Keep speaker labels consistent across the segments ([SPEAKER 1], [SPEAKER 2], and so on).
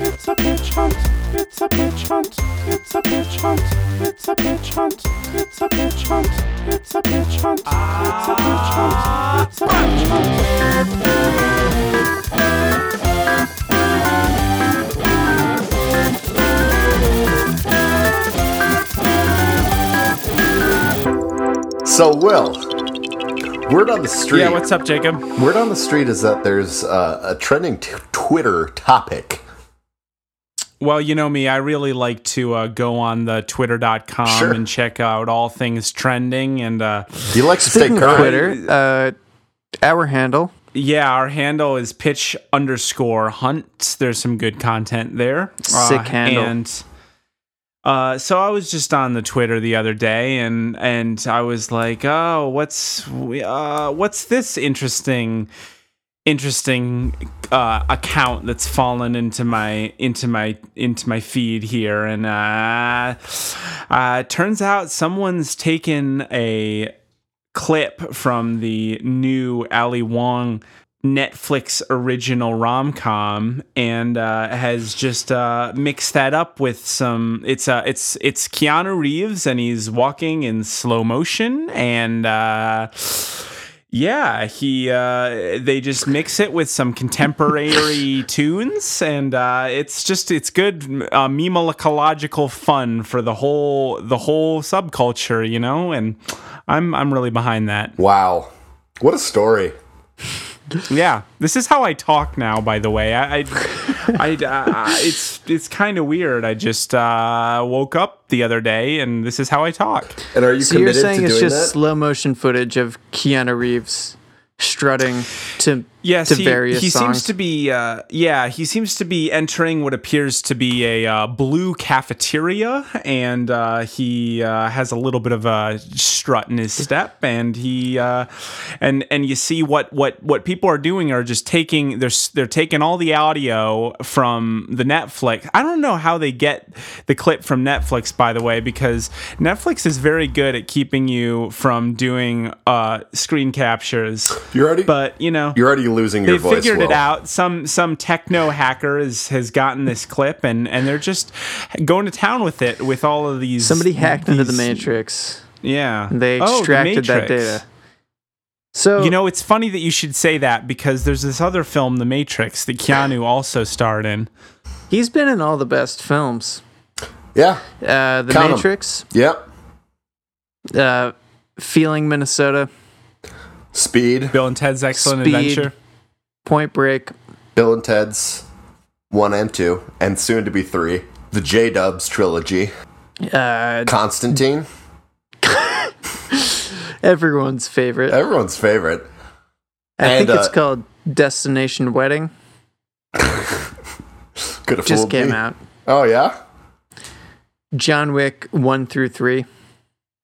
[SPEAKER 1] It's a bitch hunt. It's a bitch hunt. It's a bitch hunt. It's a bitch hunt. It's a bitch hunt. It's a bitch hunt. It's a bitch hunt. It's a bitch hunt.
[SPEAKER 2] So, Will, word on the street.
[SPEAKER 3] Yeah, what's up, Jacob?
[SPEAKER 4] Hmm.
[SPEAKER 2] word on the street is that there's uh, a trending t- Twitter topic.
[SPEAKER 3] Well, you know me, I really like to uh, go on the twitter.com
[SPEAKER 2] Sure.
[SPEAKER 3] and check out all things trending. And uh,
[SPEAKER 2] He likes to stay
[SPEAKER 4] Speaking of
[SPEAKER 2] current.
[SPEAKER 4] Twitter, uh, our handle
[SPEAKER 3] yeah, our handle is pitch underscore hunt. There's some good content there.
[SPEAKER 4] Sick handle.
[SPEAKER 3] And uh, so I was just on the Twitter the other day, and and I was like, oh, what's uh, what's this interesting? interesting uh, account that's fallen into my into my into my feed here, and uh, uh, turns out someone's taken a clip from the new Ali Wong Netflix original rom com and uh, has just uh, mixed that up with some. It's uh, it's it's Keanu Reeves and he's walking in slow motion and. Uh, yeah, he uh, they just mix it with some contemporary tunes, and uh, it's just it's good uh, memeological fun for the whole the whole subculture, you know. And I'm I'm really behind that.
[SPEAKER 2] Wow. What a story.
[SPEAKER 3] Yeah, this is how I talk now. By the way, I, I, I uh, it's it's kind of weird. I just uh, woke up the other day, and this is how I talk.
[SPEAKER 2] And are you
[SPEAKER 4] So you're
[SPEAKER 2] committed
[SPEAKER 4] saying
[SPEAKER 2] to
[SPEAKER 4] it's
[SPEAKER 2] doing
[SPEAKER 4] just
[SPEAKER 2] that?
[SPEAKER 4] slow motion footage of Keanu Reeves strutting to
[SPEAKER 3] Yes,
[SPEAKER 4] to
[SPEAKER 3] he,
[SPEAKER 4] various
[SPEAKER 3] he
[SPEAKER 4] songs.
[SPEAKER 3] seems to be. Uh, yeah, he seems to be entering what appears to be a uh, blue cafeteria, and uh, he uh, has a little bit of a strut in his step, and he uh, and and you see what what what people are doing are just taking they're s- they're taking all the audio from the Netflix. I don't know how they get the clip from Netflix, by the way, because Netflix is very good at keeping you from doing uh, screen captures.
[SPEAKER 2] You're already,
[SPEAKER 3] But you know,
[SPEAKER 2] you're already losing your
[SPEAKER 3] they
[SPEAKER 2] voice.
[SPEAKER 3] figured it
[SPEAKER 2] Will.
[SPEAKER 3] out. Some some techno hacker has has gotten this clip and and they're just going to town with it with all of these.
[SPEAKER 4] somebody hacked into the
[SPEAKER 3] these-
[SPEAKER 4] Matrix.
[SPEAKER 3] Yeah,
[SPEAKER 4] They
[SPEAKER 3] Oh, the
[SPEAKER 4] extracted that
[SPEAKER 3] Matrix.
[SPEAKER 4] data. So
[SPEAKER 3] You know, it's funny that you should say that because there's this other film, The Matrix, that Keanu also starred in.
[SPEAKER 4] he's been in all the best films.
[SPEAKER 2] Yeah.
[SPEAKER 4] Uh, the
[SPEAKER 2] Count 'em.
[SPEAKER 4] Matrix,
[SPEAKER 2] Yep.
[SPEAKER 4] uh, Feeling Minnesota,
[SPEAKER 2] Speed.
[SPEAKER 3] Bill and Ted's Excellent
[SPEAKER 4] Speed.
[SPEAKER 3] Adventure.
[SPEAKER 4] Point Break,
[SPEAKER 2] Bill and Ted's one and two, and soon to be three. The J Dubs trilogy.
[SPEAKER 4] uh,
[SPEAKER 2] Constantine.
[SPEAKER 4] everyone's favorite.
[SPEAKER 2] Everyone's favorite.
[SPEAKER 4] I think
[SPEAKER 2] and,
[SPEAKER 4] it's
[SPEAKER 2] uh,
[SPEAKER 4] called Destination Wedding.
[SPEAKER 2] Could have
[SPEAKER 4] Just
[SPEAKER 2] fooled
[SPEAKER 4] came
[SPEAKER 2] me.
[SPEAKER 4] out.
[SPEAKER 2] Oh yeah.
[SPEAKER 4] John Wick one through three.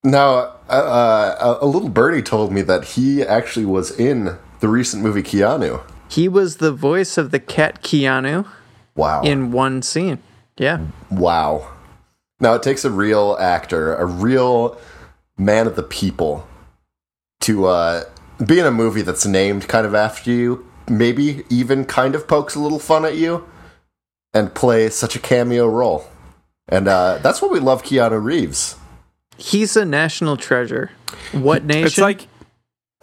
[SPEAKER 2] Now, uh, uh, a little birdie told me that he actually was in the recent movie Keanu.
[SPEAKER 4] He was the voice of the cat Keanu
[SPEAKER 2] Wow.
[SPEAKER 4] in one scene. Yeah.
[SPEAKER 2] Wow. Now it takes a real actor, a real man of the people, to uh, be in a movie that's named kind of after you, maybe even kind of pokes a little fun at you, and play such a cameo role. And uh, that's what we love Keanu Reeves,
[SPEAKER 4] He's a national treasure. What nation?
[SPEAKER 3] It's like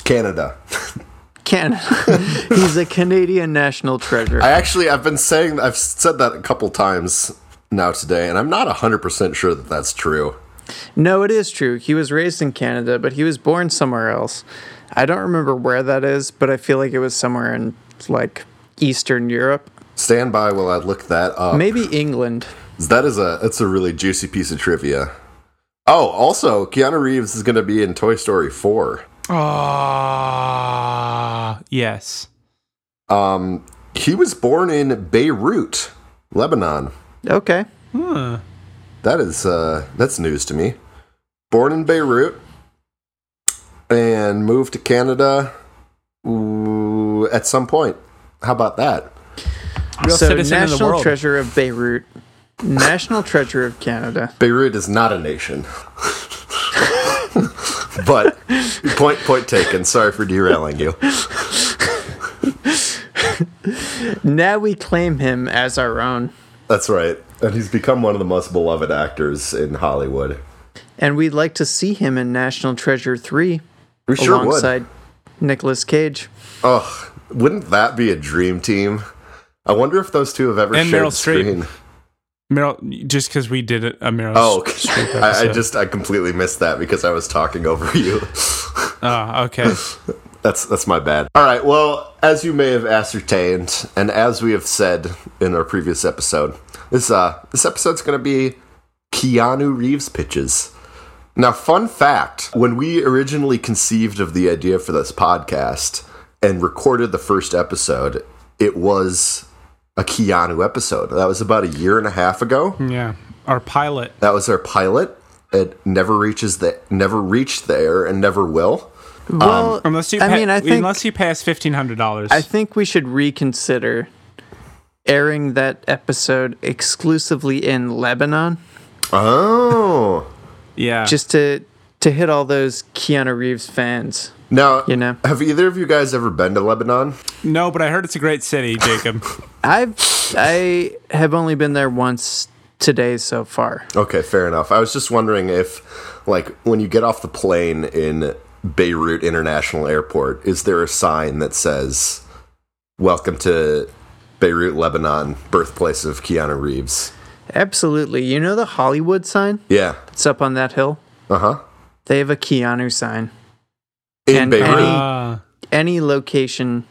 [SPEAKER 2] Canada.
[SPEAKER 4] Canada. He's a Canadian national treasure.
[SPEAKER 2] I actually, I've been saying, I've said that a couple times now today, and I'm not 100% sure that that's true.
[SPEAKER 4] no, it is true. He was raised in Canada, but he was born somewhere else. I don't remember where that is, but I feel like it was somewhere in like Eastern Europe,
[SPEAKER 2] Stand by while I look that up.
[SPEAKER 4] maybe England.
[SPEAKER 2] That is a that's a really juicy piece of trivia. Oh, also, Keanu Reeves is going to be in Toy Story 4.
[SPEAKER 3] ah yes.
[SPEAKER 2] Um, he was born in Beirut, Lebanon.
[SPEAKER 4] Okay.
[SPEAKER 3] Huh.
[SPEAKER 2] That is uh that's news to me. Born in Beirut and moved to Canada ooh, at some point. How about that?
[SPEAKER 3] Real
[SPEAKER 4] so
[SPEAKER 3] citizen of the
[SPEAKER 4] national
[SPEAKER 3] world.
[SPEAKER 4] treasure of Beirut, national treasure of Canada.
[SPEAKER 2] Beirut is not a nation. but point point taken. Sorry for derailing you.
[SPEAKER 4] Now we claim him as our own.
[SPEAKER 2] That's right. And he's become one of the most beloved actors in Hollywood.
[SPEAKER 4] And we'd like to see him in National Treasure 3
[SPEAKER 2] We sure
[SPEAKER 4] alongside
[SPEAKER 2] would.
[SPEAKER 4] Nicolas Cage.
[SPEAKER 2] Ugh, wouldn't that be a dream team? I wonder if those two have ever
[SPEAKER 3] And
[SPEAKER 2] shared
[SPEAKER 3] Meryl
[SPEAKER 2] the screen.
[SPEAKER 3] Streep. Meryl, just because we did it, a Meryl.
[SPEAKER 2] Oh,
[SPEAKER 3] Streep
[SPEAKER 2] okay. I, I
[SPEAKER 3] episode.
[SPEAKER 2] just I completely missed that because I was talking over you.
[SPEAKER 3] Oh, okay.
[SPEAKER 2] That's that's my bad. All right. Well, as you may have ascertained, and as we have said in our previous episode, this uh this episode's going to be Keanu Reeves pitches. Now, fun fact: when we originally conceived of the idea for this podcast and recorded the first episode, it was a Keanu episode. That was about a year and a half ago.
[SPEAKER 3] Yeah, our pilot.
[SPEAKER 2] That was our pilot. It never reaches the never reached there and never will.
[SPEAKER 4] Well,
[SPEAKER 3] Unless you,
[SPEAKER 4] I
[SPEAKER 3] pa-
[SPEAKER 4] mean, I think
[SPEAKER 3] unless you pass fifteen hundred dollars.
[SPEAKER 4] Um, I think we should reconsider airing that episode exclusively in Lebanon
[SPEAKER 2] Oh.
[SPEAKER 3] Yeah,
[SPEAKER 4] just to to hit all those Keanu Reeves fans.
[SPEAKER 2] Now,
[SPEAKER 4] You know?
[SPEAKER 2] have either of you guys ever been to Lebanon?
[SPEAKER 3] no, but I heard it's a great city, Jacob.
[SPEAKER 4] I've I have only been there once today so far.
[SPEAKER 2] Okay, fair enough. I was just wondering if, like, when you get off the plane in Beirut International Airport, is there a sign that says, Welcome to Beirut, Lebanon, birthplace of Keanu Reeves?
[SPEAKER 4] Absolutely. You know the Hollywood sign?
[SPEAKER 2] Yeah.
[SPEAKER 4] It's up on that hill.
[SPEAKER 2] Uh huh.
[SPEAKER 4] They have a Keanu sign.
[SPEAKER 2] In
[SPEAKER 4] And
[SPEAKER 2] Beirut.
[SPEAKER 4] any-
[SPEAKER 3] uh,
[SPEAKER 4] Any location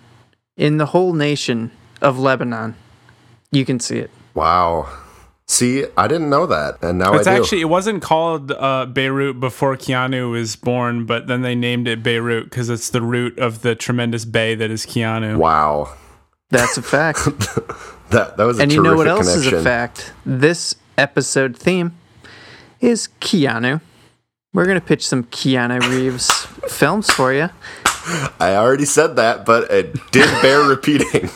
[SPEAKER 4] in the whole nation of Lebanon, you can see it.
[SPEAKER 2] wow. See, I didn't know that, and
[SPEAKER 4] Oh,
[SPEAKER 2] now
[SPEAKER 3] it's
[SPEAKER 2] I do.
[SPEAKER 3] actually it wasn't called uh, Beirut before Keanu was born, but then they named it Beirut because it's the root of the tremendous bay that is Keanu.
[SPEAKER 2] wow.
[SPEAKER 4] That's a fact.
[SPEAKER 2] That that was a
[SPEAKER 4] and you
[SPEAKER 2] terrific
[SPEAKER 4] know what else
[SPEAKER 2] connection.
[SPEAKER 4] is a fact? This episode theme is Keanu. We're going to pitch some Keanu Reeves films for you.
[SPEAKER 2] I already said that, but it did bear repeating.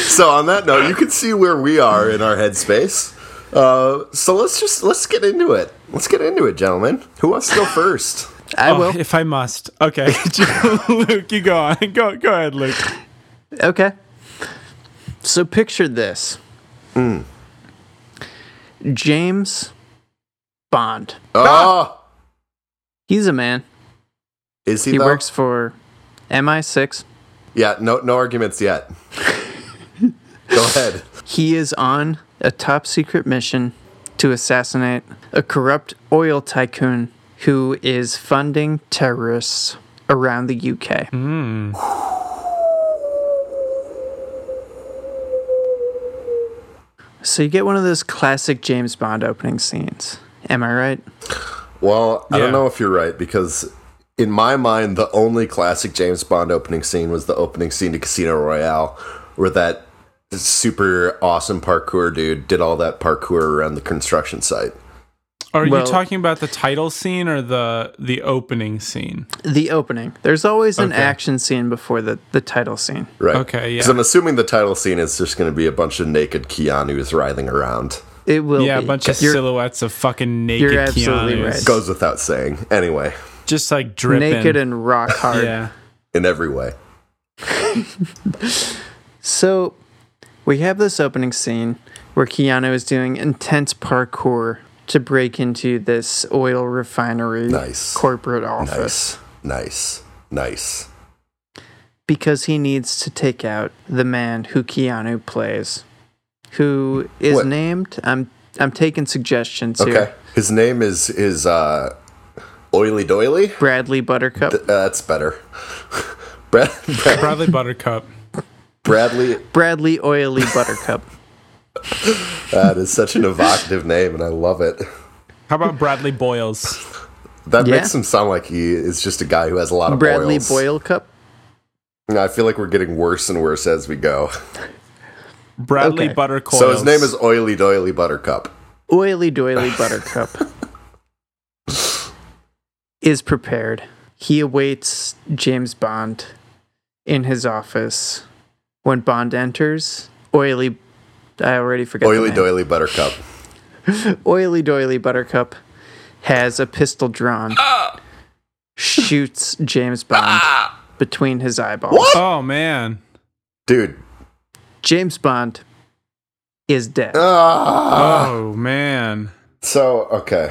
[SPEAKER 2] so on that note, you can see where we are in our headspace. Uh, so let's just let's get into it. Let's get into it, gentlemen. Who wants to go first?
[SPEAKER 4] I
[SPEAKER 3] Oh,
[SPEAKER 4] will.
[SPEAKER 3] if I must. Okay, Luke, you go on. Go, go ahead, Luke.
[SPEAKER 4] Okay. So picture this James Bond.
[SPEAKER 2] Oh,
[SPEAKER 4] He's a man.
[SPEAKER 2] is he?
[SPEAKER 4] He
[SPEAKER 2] though?
[SPEAKER 4] works for MI6.
[SPEAKER 2] Yeah. No. No arguments yet. go ahead.
[SPEAKER 4] He is on a top secret mission to assassinate a corrupt oil tycoon who is funding terrorists around the UK.
[SPEAKER 3] Hmm.
[SPEAKER 4] So you get one of those classic James Bond opening scenes. Am I right?
[SPEAKER 2] Well, I
[SPEAKER 3] Yeah.
[SPEAKER 2] don't know if you're right because in my mind, the only classic James Bond opening scene was the opening scene to Casino Royale, where that super awesome parkour dude did all that parkour around the construction site.
[SPEAKER 3] Are
[SPEAKER 4] Well-
[SPEAKER 3] you talking about the title scene or the the opening scene?
[SPEAKER 4] The opening. There's always an
[SPEAKER 3] Okay.
[SPEAKER 4] action scene before the, the title scene.
[SPEAKER 2] Right.
[SPEAKER 3] Okay, yeah.
[SPEAKER 2] Because I'm assuming the title scene is just going to be a bunch of naked Keanu's writhing around.
[SPEAKER 4] It will
[SPEAKER 3] yeah,
[SPEAKER 4] be.
[SPEAKER 3] a bunch of
[SPEAKER 4] You're-
[SPEAKER 3] silhouettes of fucking naked
[SPEAKER 4] You're absolutely
[SPEAKER 3] Keanus.
[SPEAKER 4] right.
[SPEAKER 2] Goes without saying. Anyway,
[SPEAKER 3] Just like dripping.
[SPEAKER 4] naked and rock hard.
[SPEAKER 3] yeah.
[SPEAKER 2] in every way.
[SPEAKER 4] So we have this opening scene where Keanu is doing intense parkour to break into this oil refinery
[SPEAKER 2] Nice.
[SPEAKER 4] corporate office
[SPEAKER 2] Nice. Nice. Nice.
[SPEAKER 4] because he needs to take out the man who Keanu plays, who is
[SPEAKER 2] What?
[SPEAKER 4] named. I'm I'm taking suggestions
[SPEAKER 2] Okay.
[SPEAKER 4] here.
[SPEAKER 2] His name is is uh, Oily Doily.
[SPEAKER 4] Bradley Buttercup.
[SPEAKER 2] Uh, that's better. Brad, Brad,
[SPEAKER 3] Bradley Buttercup.
[SPEAKER 2] Bradley,
[SPEAKER 4] Bradley Oily Buttercup.
[SPEAKER 2] that is such an evocative name, and I love it.
[SPEAKER 3] How about Bradley Boyles?
[SPEAKER 2] That
[SPEAKER 4] Yeah.
[SPEAKER 2] makes him sound like he is just a guy who has a lot of
[SPEAKER 4] Bradley
[SPEAKER 2] boils.
[SPEAKER 4] Boyle Cup.
[SPEAKER 2] I feel like we're getting worse and worse as we go.
[SPEAKER 3] Bradley
[SPEAKER 4] Okay.
[SPEAKER 3] Buttercoils.
[SPEAKER 2] So his name is Oily Doily Buttercup.
[SPEAKER 4] Oily Doily Buttercup is prepared. He awaits James Bond in his office. When Bond enters, Oily. I already forgot.
[SPEAKER 2] Oily
[SPEAKER 4] the name.
[SPEAKER 2] Doily Buttercup.
[SPEAKER 4] Oily Doily Buttercup has a pistol drawn, shoots James Bond between his eyeballs.
[SPEAKER 2] What?
[SPEAKER 3] Oh man.
[SPEAKER 2] Dude,
[SPEAKER 4] James Bond is dead.
[SPEAKER 2] Uh, Ah.
[SPEAKER 3] oh man,
[SPEAKER 2] So okay,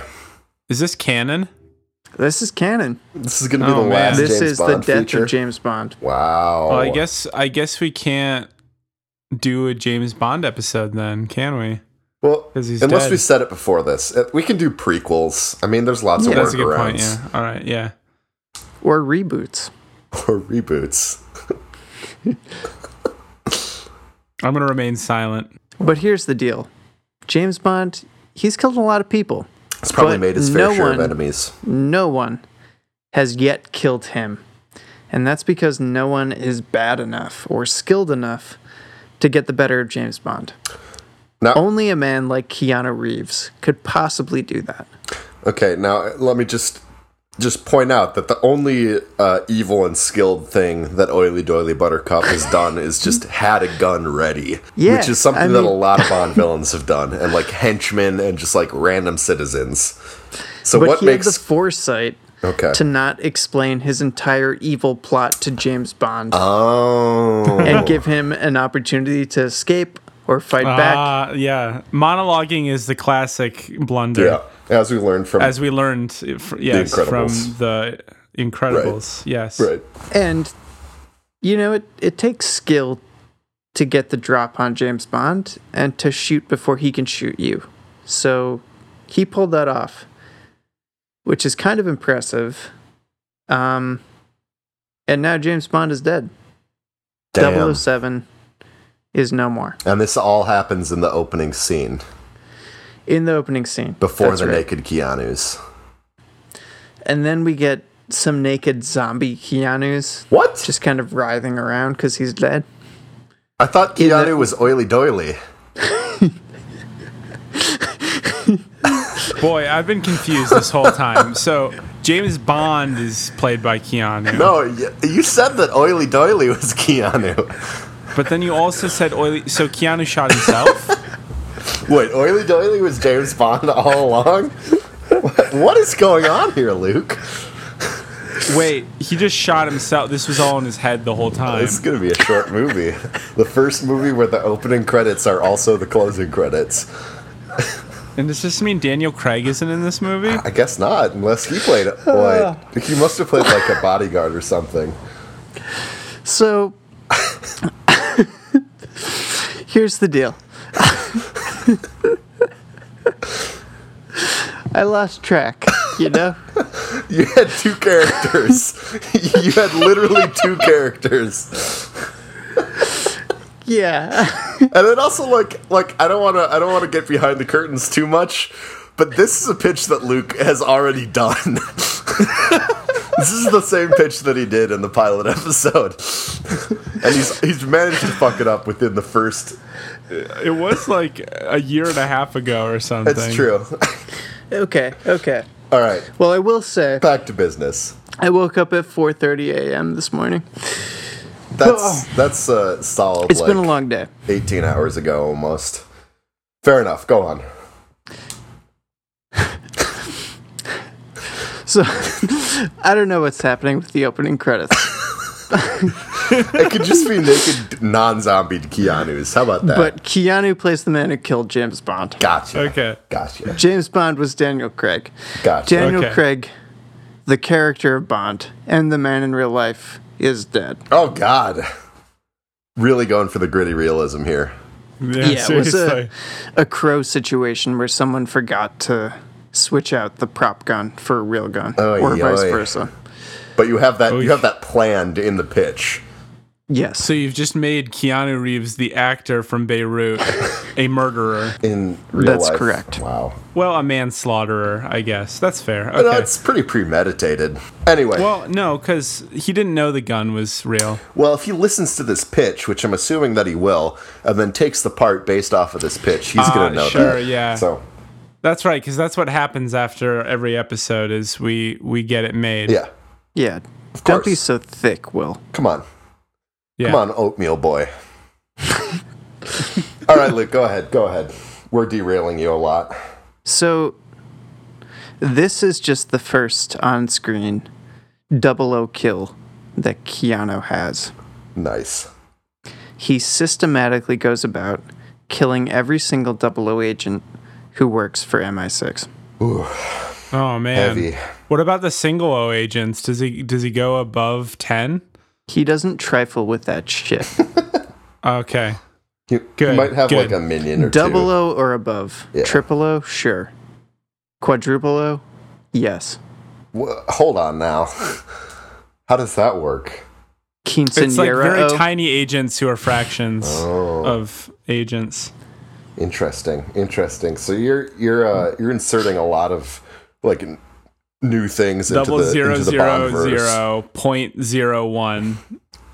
[SPEAKER 3] is this canon?
[SPEAKER 4] This is canon.
[SPEAKER 2] this is gonna be
[SPEAKER 3] Oh, man.
[SPEAKER 2] the last
[SPEAKER 4] This
[SPEAKER 2] James
[SPEAKER 4] is
[SPEAKER 2] Bond
[SPEAKER 4] the death
[SPEAKER 2] feature.
[SPEAKER 4] of James Bond.
[SPEAKER 2] wow.
[SPEAKER 3] Well, I guess I guess we can't do a James Bond episode then, can we?
[SPEAKER 2] Well,
[SPEAKER 3] 'Cause he's
[SPEAKER 2] unless
[SPEAKER 3] dead.
[SPEAKER 2] we said it before this, Uh, we can do prequels. I mean, there's lots of
[SPEAKER 3] That's a good point.
[SPEAKER 2] workarounds
[SPEAKER 3] Yeah. All right. Yeah.
[SPEAKER 4] Or reboots.
[SPEAKER 2] or reboots.
[SPEAKER 3] I'm gonna remain silent.
[SPEAKER 4] But here's the deal James Bond, he's killed a lot of people.
[SPEAKER 2] It's probably
[SPEAKER 4] But
[SPEAKER 2] made his fair
[SPEAKER 4] no
[SPEAKER 2] share of
[SPEAKER 4] one-
[SPEAKER 2] enemies.
[SPEAKER 4] No one has yet killed him. And that's because no one is bad enough or skilled enough to get the better of James Bond.
[SPEAKER 2] Now,
[SPEAKER 4] Only a man like Keanu Reeves could possibly do that.
[SPEAKER 2] okay, now let me just just point out that the only uh, evil and skilled thing that Oily Doily Buttercup has done is just had a gun ready,
[SPEAKER 4] Yeah,
[SPEAKER 2] which is something
[SPEAKER 4] I
[SPEAKER 2] that a
[SPEAKER 4] mean-
[SPEAKER 2] lot of Bond villains have done, and like henchmen and just like random citizens. So
[SPEAKER 4] But
[SPEAKER 2] what
[SPEAKER 4] he
[SPEAKER 2] makes
[SPEAKER 4] had the foresight
[SPEAKER 2] okay?
[SPEAKER 4] to not explain his entire evil plot to James Bond
[SPEAKER 2] oh,
[SPEAKER 4] and give him an opportunity to escape or fight back.
[SPEAKER 3] Uh, yeah. Monologuing is the classic blunder,
[SPEAKER 2] yeah, as we learned from
[SPEAKER 3] as we learned. F- yes, from
[SPEAKER 2] Incredibles.
[SPEAKER 3] the Incredibles. Yes.
[SPEAKER 2] right.
[SPEAKER 4] And you know, it, it takes skill to get the drop on James Bond and to shoot before he can shoot you. So he pulled that off, which is kind of impressive. Um and now James Bond is dead.
[SPEAKER 2] Damn.
[SPEAKER 4] 007 is no more.
[SPEAKER 2] And this all happens in the opening scene
[SPEAKER 4] In the opening scene.
[SPEAKER 2] before
[SPEAKER 4] That's
[SPEAKER 2] the
[SPEAKER 4] right.
[SPEAKER 2] naked Keanu's.
[SPEAKER 4] And then we get some naked zombie Keanu's
[SPEAKER 2] What?
[SPEAKER 4] just kind of writhing around because he's dead.
[SPEAKER 2] I thought
[SPEAKER 4] In
[SPEAKER 2] Keanu
[SPEAKER 4] the-
[SPEAKER 2] was oily doily.
[SPEAKER 3] Boy, I've been confused this whole time. So James Bond is played by Keanu,
[SPEAKER 2] No, y- you said that oily doily was Keanu.
[SPEAKER 3] but then you also said oily. So Keanu shot himself.
[SPEAKER 2] Wait, oily doily was James Bond all along? What- what is going on here, Luke?
[SPEAKER 3] Wait, he just shot himself. This was all in his head the whole time.
[SPEAKER 2] This is going to be a short movie. The first movie where the opening credits are also the closing credits.
[SPEAKER 3] And does this mean Daniel Craig isn't in this movie?
[SPEAKER 2] I guess not, unless he played. Boy, he must have played like a bodyguard or something.
[SPEAKER 4] So here's the deal. I lost track, you know?
[SPEAKER 2] You had two characters. you had literally two characters.
[SPEAKER 4] yeah.
[SPEAKER 2] And then also like like I don't want to I don't want to get behind the curtains too much, but this is a pitch that Luke has already done. this is the same pitch that he did in the pilot episode. and he's he's managed to fuck it up within the first
[SPEAKER 3] It was like a year and a half ago or something.
[SPEAKER 2] It's true.
[SPEAKER 4] Okay, okay.
[SPEAKER 2] All right,
[SPEAKER 4] Well, I will say
[SPEAKER 2] back to business.
[SPEAKER 4] I woke up at 4:30 a.m. this morning.
[SPEAKER 2] That's that's uh solid
[SPEAKER 4] It's
[SPEAKER 2] like
[SPEAKER 4] been a long day.
[SPEAKER 2] 18 hours ago almost. Fair enough. Go on.
[SPEAKER 4] So I don't know what's happening with the opening credits,
[SPEAKER 2] It could just be naked non-zombie Keanu's. How about that?
[SPEAKER 4] but Keanu plays the man who killed James Bond.
[SPEAKER 2] gotcha.
[SPEAKER 3] Okay.
[SPEAKER 2] Gotcha.
[SPEAKER 4] James Bond was Daniel Craig.
[SPEAKER 2] Gotcha.
[SPEAKER 4] Daniel
[SPEAKER 3] Okay.
[SPEAKER 4] Craig, the character of Bond and the man in real life, is dead.
[SPEAKER 2] Oh God! Really going for the gritty realism here.
[SPEAKER 3] Yeah,
[SPEAKER 4] it was
[SPEAKER 3] seriously.
[SPEAKER 4] a, a crow situation where someone forgot to switch out the prop gun for a real gun,
[SPEAKER 2] Oy,
[SPEAKER 4] or vice
[SPEAKER 2] oy.
[SPEAKER 4] versa.
[SPEAKER 2] But you have that you
[SPEAKER 3] yeah.
[SPEAKER 2] have that planned in the pitch.
[SPEAKER 4] Yes.
[SPEAKER 3] so you've just made Keanu Reeves, the actor from Beirut, a murderer.
[SPEAKER 2] In real
[SPEAKER 4] That's
[SPEAKER 2] life.
[SPEAKER 4] correct.
[SPEAKER 2] Wow.
[SPEAKER 3] Well, a manslaughterer, I guess. That's fair.
[SPEAKER 2] But
[SPEAKER 3] Okay.
[SPEAKER 2] it's pretty premeditated. Anyway, well,
[SPEAKER 3] Well, no, because he didn't know the gun was real.
[SPEAKER 2] if he listens to this pitch, which I'm assuming that he will, and then takes the part based off of this pitch, he's
[SPEAKER 3] Ah,
[SPEAKER 2] gonna know
[SPEAKER 3] sure,
[SPEAKER 2] that.
[SPEAKER 3] yeah.
[SPEAKER 2] So
[SPEAKER 3] That's right, because that's what happens after every episode is we we get it made.
[SPEAKER 2] yeah,
[SPEAKER 4] yeah. Don't be
[SPEAKER 2] course.
[SPEAKER 4] so thick, Will.
[SPEAKER 2] come on,
[SPEAKER 3] Yeah.
[SPEAKER 2] come on, oatmeal boy. All right, Luke, go ahead, go ahead. We're derailing you a lot.
[SPEAKER 4] So, this is just the first on screen double O kill that Keanu has.
[SPEAKER 2] Nice.
[SPEAKER 4] he systematically goes about killing every single 00 agent who works for MI6.
[SPEAKER 3] Oh man.
[SPEAKER 2] Heavy.
[SPEAKER 3] What about the single O agents? Does he does he go above ten?
[SPEAKER 4] He doesn't trifle with that shit.
[SPEAKER 3] Okay.
[SPEAKER 2] You
[SPEAKER 3] Good,
[SPEAKER 2] might have
[SPEAKER 3] good.
[SPEAKER 2] like a minion or
[SPEAKER 4] Double
[SPEAKER 2] two.
[SPEAKER 4] O or above.
[SPEAKER 2] Yeah.
[SPEAKER 4] Triple O, sure. Quadruple O, yes.
[SPEAKER 2] Wha- hold on now. How does that work?
[SPEAKER 4] Quinceanera
[SPEAKER 3] It's like very
[SPEAKER 4] O.
[SPEAKER 3] tiny agents who are fractions
[SPEAKER 2] Oh.
[SPEAKER 3] of agents.
[SPEAKER 2] Interesting, interesting. So you're you're uh, you're inserting a lot of like n- new things into
[SPEAKER 3] Double
[SPEAKER 2] the
[SPEAKER 3] zero
[SPEAKER 2] into the
[SPEAKER 3] zero
[SPEAKER 2] Bondverse.
[SPEAKER 3] zero point zero one.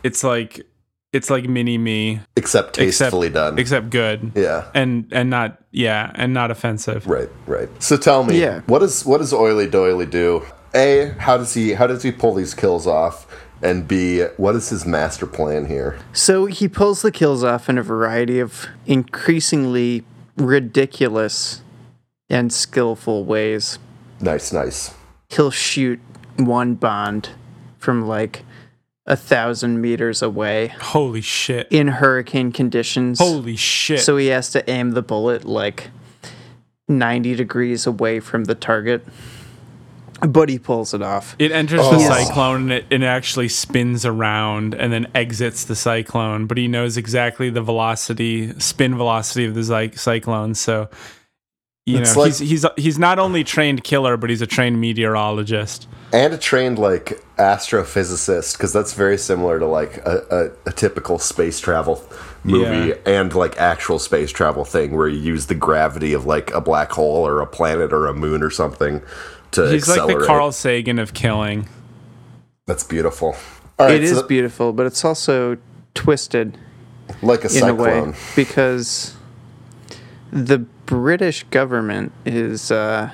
[SPEAKER 3] It's like it's like mini me, except
[SPEAKER 2] except tastefully done.
[SPEAKER 3] except good
[SPEAKER 2] yeah,
[SPEAKER 3] and and not yeah and not offensive.
[SPEAKER 2] right, right. So tell me,
[SPEAKER 4] Yeah.
[SPEAKER 2] what does what does Oily Doily do? A, how does he how does he pull these kills off? And B, what is his master plan here?
[SPEAKER 4] So he pulls the kills off in a variety of increasingly ridiculous and skillful ways.
[SPEAKER 2] Nice, nice.
[SPEAKER 4] He'll shoot one bond from like a thousand meters away
[SPEAKER 3] Holy shit!
[SPEAKER 4] in hurricane conditions.
[SPEAKER 3] Holy shit!
[SPEAKER 4] So he has to aim the bullet like 90 degrees away from the target. But he pulls it off.
[SPEAKER 3] It enters
[SPEAKER 2] Oh.
[SPEAKER 3] the cyclone and it, and it actually spins around and then exits the cyclone. But he knows exactly the velocity, spin velocity of the cy- cyclone. So, you
[SPEAKER 2] It's
[SPEAKER 3] know,
[SPEAKER 2] like-
[SPEAKER 3] he's, he's he's not only trained killer, but he's a trained meteorologist.
[SPEAKER 2] and a trained like astrophysicist because that's very similar to like a, a, a typical space travel movie
[SPEAKER 3] Yeah.
[SPEAKER 2] and like actual space travel thing where you use the gravity of like a black hole or a planet or a moon or something to
[SPEAKER 3] He's
[SPEAKER 2] accelerate.
[SPEAKER 3] like the Carl Sagan of killing.
[SPEAKER 2] that's beautiful. All right,
[SPEAKER 4] it is
[SPEAKER 2] so th-
[SPEAKER 4] beautiful, but it's also twisted
[SPEAKER 2] like a
[SPEAKER 4] in a
[SPEAKER 2] cyclone.
[SPEAKER 4] way because the British government is uh,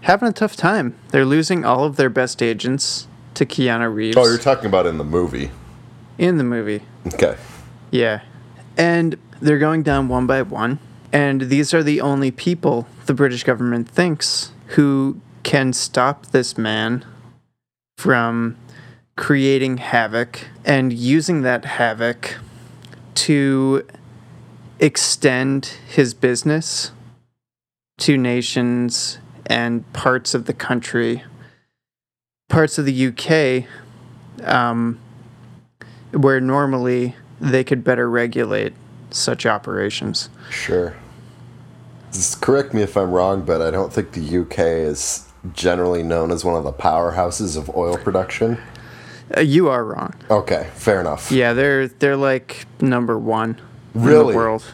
[SPEAKER 4] having a tough time. They're losing all of their best agents to Keanu Reeves
[SPEAKER 2] Oh, you're talking about in the movie.
[SPEAKER 4] in the movie.
[SPEAKER 2] Okay.
[SPEAKER 4] Yeah. And they're going down one by one. And these are the only people the British government thinks who can stop this man from creating havoc and using that havoc to extend his business to nations and parts of the country, parts of the UK. Um, where normally they could better regulate such operations.
[SPEAKER 2] Sure. Just correct me if I'm wrong, but I don't think the UK is generally known as one of the powerhouses of oil production.
[SPEAKER 4] Uh, you are wrong.
[SPEAKER 2] Okay, fair enough.
[SPEAKER 4] Yeah, they're they're like number one in
[SPEAKER 2] Really?
[SPEAKER 4] the world.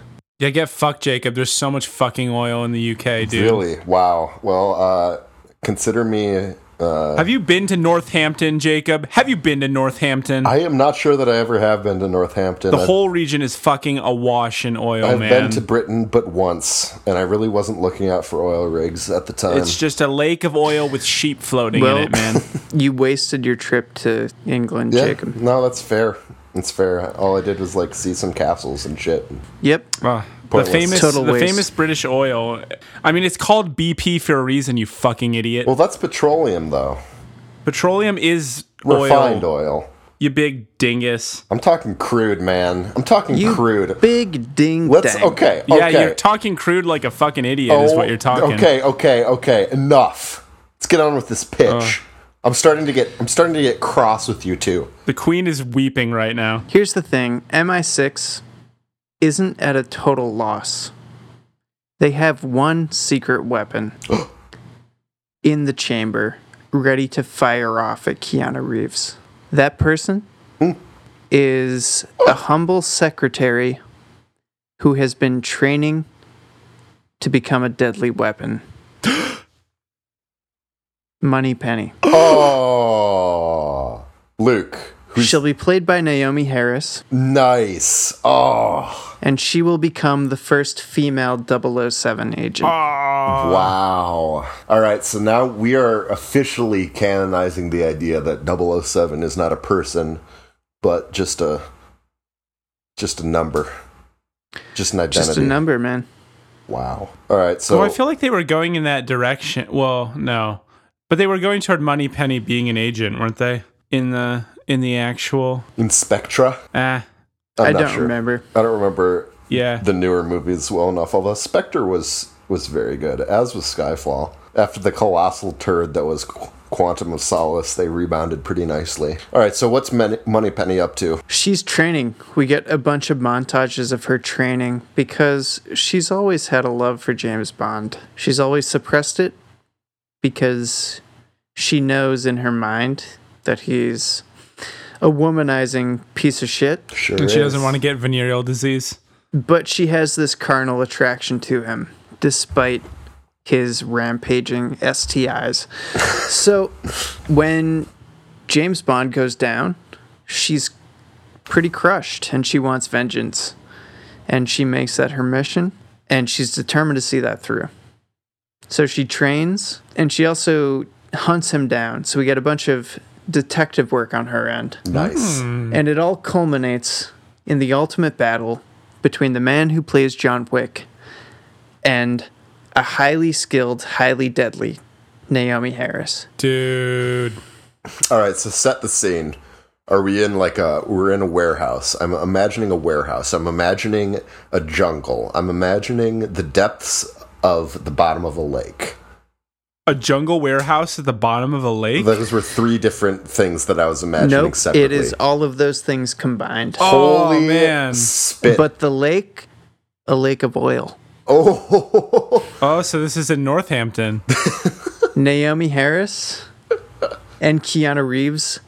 [SPEAKER 3] Yeah, get fucked, Jacob. There's so much fucking oil in the UK, dude.
[SPEAKER 2] Really? Wow. Well, uh, consider me. Uh,
[SPEAKER 3] Have you been to Northampton, Jacob? Have you been to Northampton?
[SPEAKER 2] I am not sure that I ever have been to Northampton.
[SPEAKER 3] the
[SPEAKER 2] I've-
[SPEAKER 3] whole region is fucking awash in oil,
[SPEAKER 2] I've,
[SPEAKER 3] man.
[SPEAKER 2] been to Britain but once, and I really wasn't looking out for oil rigs at the time.
[SPEAKER 3] It's just a lake of oil with sheep floating
[SPEAKER 4] Well-
[SPEAKER 3] in it, man.
[SPEAKER 4] You wasted your trip to England,
[SPEAKER 2] yeah,
[SPEAKER 4] Jacob.
[SPEAKER 2] no, that's fair. That's fair. All I did was like see some castles and shit.
[SPEAKER 4] Yep.
[SPEAKER 3] the
[SPEAKER 2] Pointless.
[SPEAKER 3] famous,
[SPEAKER 4] Total
[SPEAKER 3] the
[SPEAKER 4] waste.
[SPEAKER 3] famous British oil. I mean, it's called BP for a reason. You fucking idiot.
[SPEAKER 2] Well, that's petroleum though,
[SPEAKER 3] Petroleum is
[SPEAKER 2] refined
[SPEAKER 3] oil.
[SPEAKER 2] oil.
[SPEAKER 3] You big dingus.
[SPEAKER 2] I'm talking crude, man. I'm talking
[SPEAKER 4] You
[SPEAKER 2] crude.
[SPEAKER 4] big ding
[SPEAKER 2] Let's
[SPEAKER 4] dang.
[SPEAKER 2] okay.
[SPEAKER 3] Yeah,
[SPEAKER 2] okay. Oh,
[SPEAKER 3] you're talking crude like a fucking idiot. is what you're talking.
[SPEAKER 2] Okay, okay, okay. Enough. Let's get on with this pitch.
[SPEAKER 3] Uh.
[SPEAKER 2] I'm starting to get I'm starting to get cross with you two.
[SPEAKER 3] The queen is weeping right now.
[SPEAKER 4] Here's the thing MI6 isn't at a total loss. They have one secret weapon in the chamber ready to fire off at Keanu Reeves. That person is a humble secretary who has been training to become a deadly weapon. Money Penny.
[SPEAKER 2] Oh, Luke. Who's
[SPEAKER 4] She'll be played by Naomi Harris.
[SPEAKER 2] nice. Oh,
[SPEAKER 4] and she will become the first female 007 agent.
[SPEAKER 2] Ah.
[SPEAKER 3] Uh.
[SPEAKER 2] wow. All right, so now we are officially canonizing the idea that 007 is not a person, but just a just a number. Just an identity.
[SPEAKER 4] Just a number, man.
[SPEAKER 2] wow. All right, so
[SPEAKER 3] Well, I feel like they were going in that direction. Well, no, but they were going toward Money Penny being an agent, weren't they? In the in the actual
[SPEAKER 2] in Spectra,
[SPEAKER 3] ah.
[SPEAKER 2] I'm
[SPEAKER 4] I
[SPEAKER 2] not
[SPEAKER 4] do not
[SPEAKER 2] sure.
[SPEAKER 4] remember.
[SPEAKER 2] I don't remember
[SPEAKER 3] Yeah.
[SPEAKER 2] the newer movies well enough. Although Spectre was was very good, as was Skyfall. After the colossal turd that was Qu- Quantum of Solace, they rebounded pretty nicely. All right, so what's Money Moneypenny up to?
[SPEAKER 4] She's training. We get a bunch of montages of her training because she's always had a love for James Bond. She's always suppressed it because she knows in her mind that he's a womanizing piece of shit,
[SPEAKER 2] Sure,
[SPEAKER 3] And she doesn't want to get venereal disease.
[SPEAKER 4] but she has this carnal attraction to him despite his rampaging STIs. so when James Bond goes down, she's pretty crushed and she wants vengeance. And she makes that her mission and she's determined to see that through. So she trains and she also hunts him down. So we get a bunch of detective work on her end.
[SPEAKER 2] Nice.
[SPEAKER 3] Hmm.
[SPEAKER 4] And it all culminates in the ultimate battle between the man who plays John Wick and a highly skilled, highly deadly Naomi Harris.
[SPEAKER 3] Dude.
[SPEAKER 2] All right, so set the scene. Are we in like a we're in a warehouse? I'm imagining a warehouse. I'm imagining a jungle. I'm imagining the depths of the bottom of a lake.
[SPEAKER 3] A jungle warehouse at the bottom of a lake?
[SPEAKER 2] Those were three different things that I was imagining
[SPEAKER 4] nope,
[SPEAKER 2] separately.
[SPEAKER 4] it is all of those things combined.
[SPEAKER 3] Oh, man.
[SPEAKER 2] Spit.
[SPEAKER 4] But the lake, a lake of oil.
[SPEAKER 2] oh,
[SPEAKER 3] oh, so this is in Northampton.
[SPEAKER 4] Naomi Harris and Keanu Reeves,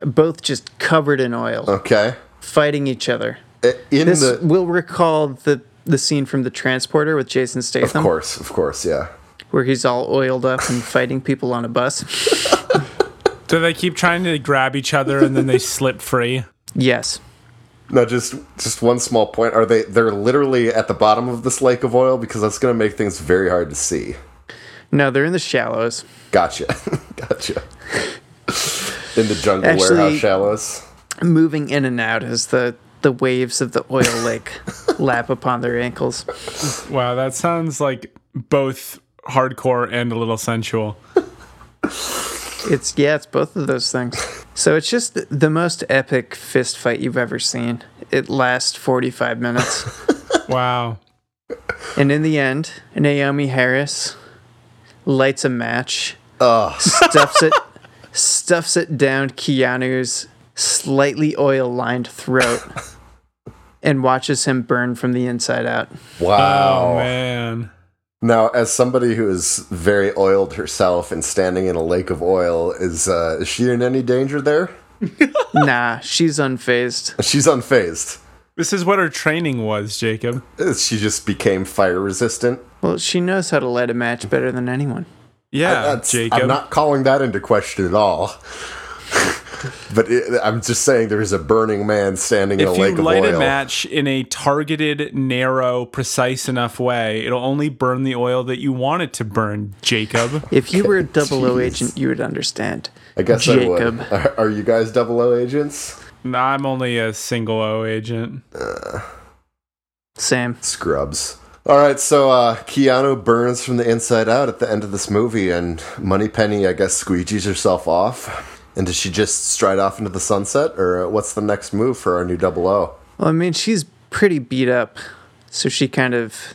[SPEAKER 4] both just covered in oil,
[SPEAKER 2] okay. Eh,
[SPEAKER 4] fighting each other.
[SPEAKER 2] Oh. In
[SPEAKER 4] This
[SPEAKER 2] the
[SPEAKER 4] will recall the the scene from the transporter with Jason
[SPEAKER 2] of
[SPEAKER 4] Statham.
[SPEAKER 2] course, of course, yeah.
[SPEAKER 4] where he's all oiled up and fighting people on a bus.
[SPEAKER 3] so they keep trying to grab each other and then they slip free.
[SPEAKER 4] Yes.
[SPEAKER 2] No, just just one small point. Are they they're literally at the bottom of this lake of oil because that's going to make things very hard to see.
[SPEAKER 4] No, they're in the shallows.
[SPEAKER 2] Gotcha. gotcha. In the jungle
[SPEAKER 4] Actually-
[SPEAKER 2] warehouse shallows.
[SPEAKER 4] Moving in and out as the, the waves of the oil lake lap upon their ankles.
[SPEAKER 3] Wow, that sounds like both hardcore and a little sensual.
[SPEAKER 4] It's yeah, it's both of those things. So it's just th- the most epic fist fight you've ever seen. It lasts 45 minutes.
[SPEAKER 3] Wow.
[SPEAKER 4] and in the end, Naomi Harris lights a match. Stuffs it stuffs it down Keanu's slightly oil-lined throat and watches him burn from the inside out.
[SPEAKER 2] Wow.
[SPEAKER 3] Oh, man.
[SPEAKER 2] now, as somebody who is very oiled herself and standing in a lake of oil, is uh, is she in any danger there?
[SPEAKER 4] Nah, she's unfazed.
[SPEAKER 2] She's unfazed. Eh,
[SPEAKER 3] This is what her training was, Jacob.
[SPEAKER 2] She just became fire resistant.
[SPEAKER 4] Well, she knows how to light a match better than anyone.
[SPEAKER 3] Yeah,
[SPEAKER 2] Uh, That's-
[SPEAKER 3] Jacob.
[SPEAKER 2] I'm not calling that into question at all. but it, I'm just saying there is a burning man standing in a
[SPEAKER 3] if you
[SPEAKER 2] lake
[SPEAKER 3] light
[SPEAKER 2] of oil.
[SPEAKER 3] a match in a targeted, narrow, precise enough way, it'll only burn the oil that you want it to burn, Jacob.
[SPEAKER 4] If you were a double O agent, you would understand.
[SPEAKER 2] I guess
[SPEAKER 4] Jacob.
[SPEAKER 2] I would. Are, are you guys double O agents?
[SPEAKER 3] Nah, I'm only a single O agent.
[SPEAKER 4] Sam.
[SPEAKER 2] Scrubs. All right, so uh, Keanu burns from the inside out at the end of this movie, and Moneypenny, I guess, squeegees herself off. And does she just stride off into the sunset, or what's the next move for our new double O?
[SPEAKER 4] Well, I mean, she's pretty beat up, so she kind of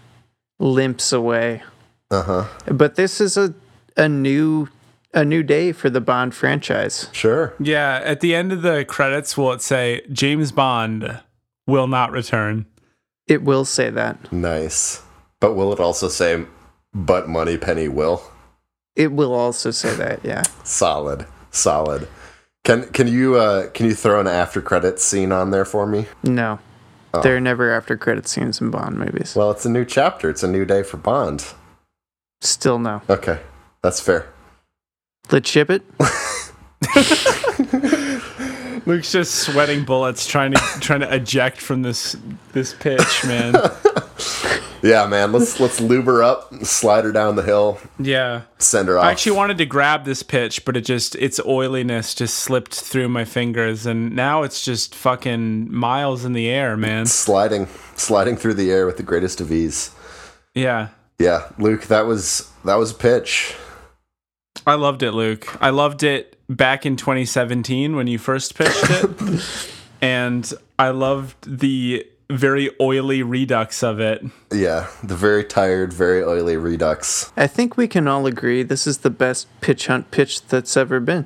[SPEAKER 4] limps away.
[SPEAKER 2] Uh huh.
[SPEAKER 4] But this is a a new a new day for the Bond franchise.
[SPEAKER 2] Sure.
[SPEAKER 3] Yeah, at the end of the credits, will it say James Bond will not return?
[SPEAKER 4] It will say that.
[SPEAKER 2] Nice. But will it also say, but Moneypenny will?
[SPEAKER 4] It will also say that. Yeah.
[SPEAKER 2] Solid. Solid. Can can you uh, can you throw an after credit scene on there for me?
[SPEAKER 4] No.
[SPEAKER 2] Oh.
[SPEAKER 4] There are never after credit scenes in Bond movies.
[SPEAKER 2] Well, it's a new chapter. It's a new day for Bond.
[SPEAKER 4] Still no.
[SPEAKER 2] Okay, that's fair.
[SPEAKER 4] Let's ship it.
[SPEAKER 3] Luke's just sweating bullets, trying to trying to eject from this this pitch, man.
[SPEAKER 2] Yeah, man. Let's let's lube her up, slide her down the hill,
[SPEAKER 3] Yeah.
[SPEAKER 2] send her off.
[SPEAKER 3] I actually wanted to grab this pitch, but it just its oiliness just slipped through my fingers, and now it's just fucking miles in the air, man.
[SPEAKER 2] sliding sliding through the air with the greatest of ease.
[SPEAKER 3] Yeah,
[SPEAKER 2] Yeah, Luke, that was that was a pitch.
[SPEAKER 3] I loved it, Luke. I loved it back in 2017 when you first pitched it, and I loved the very oily redux of it.
[SPEAKER 2] Yeah, the very tired, very oily redux.
[SPEAKER 4] I think we can all agree this is the best pitch hunt pitch that's ever been.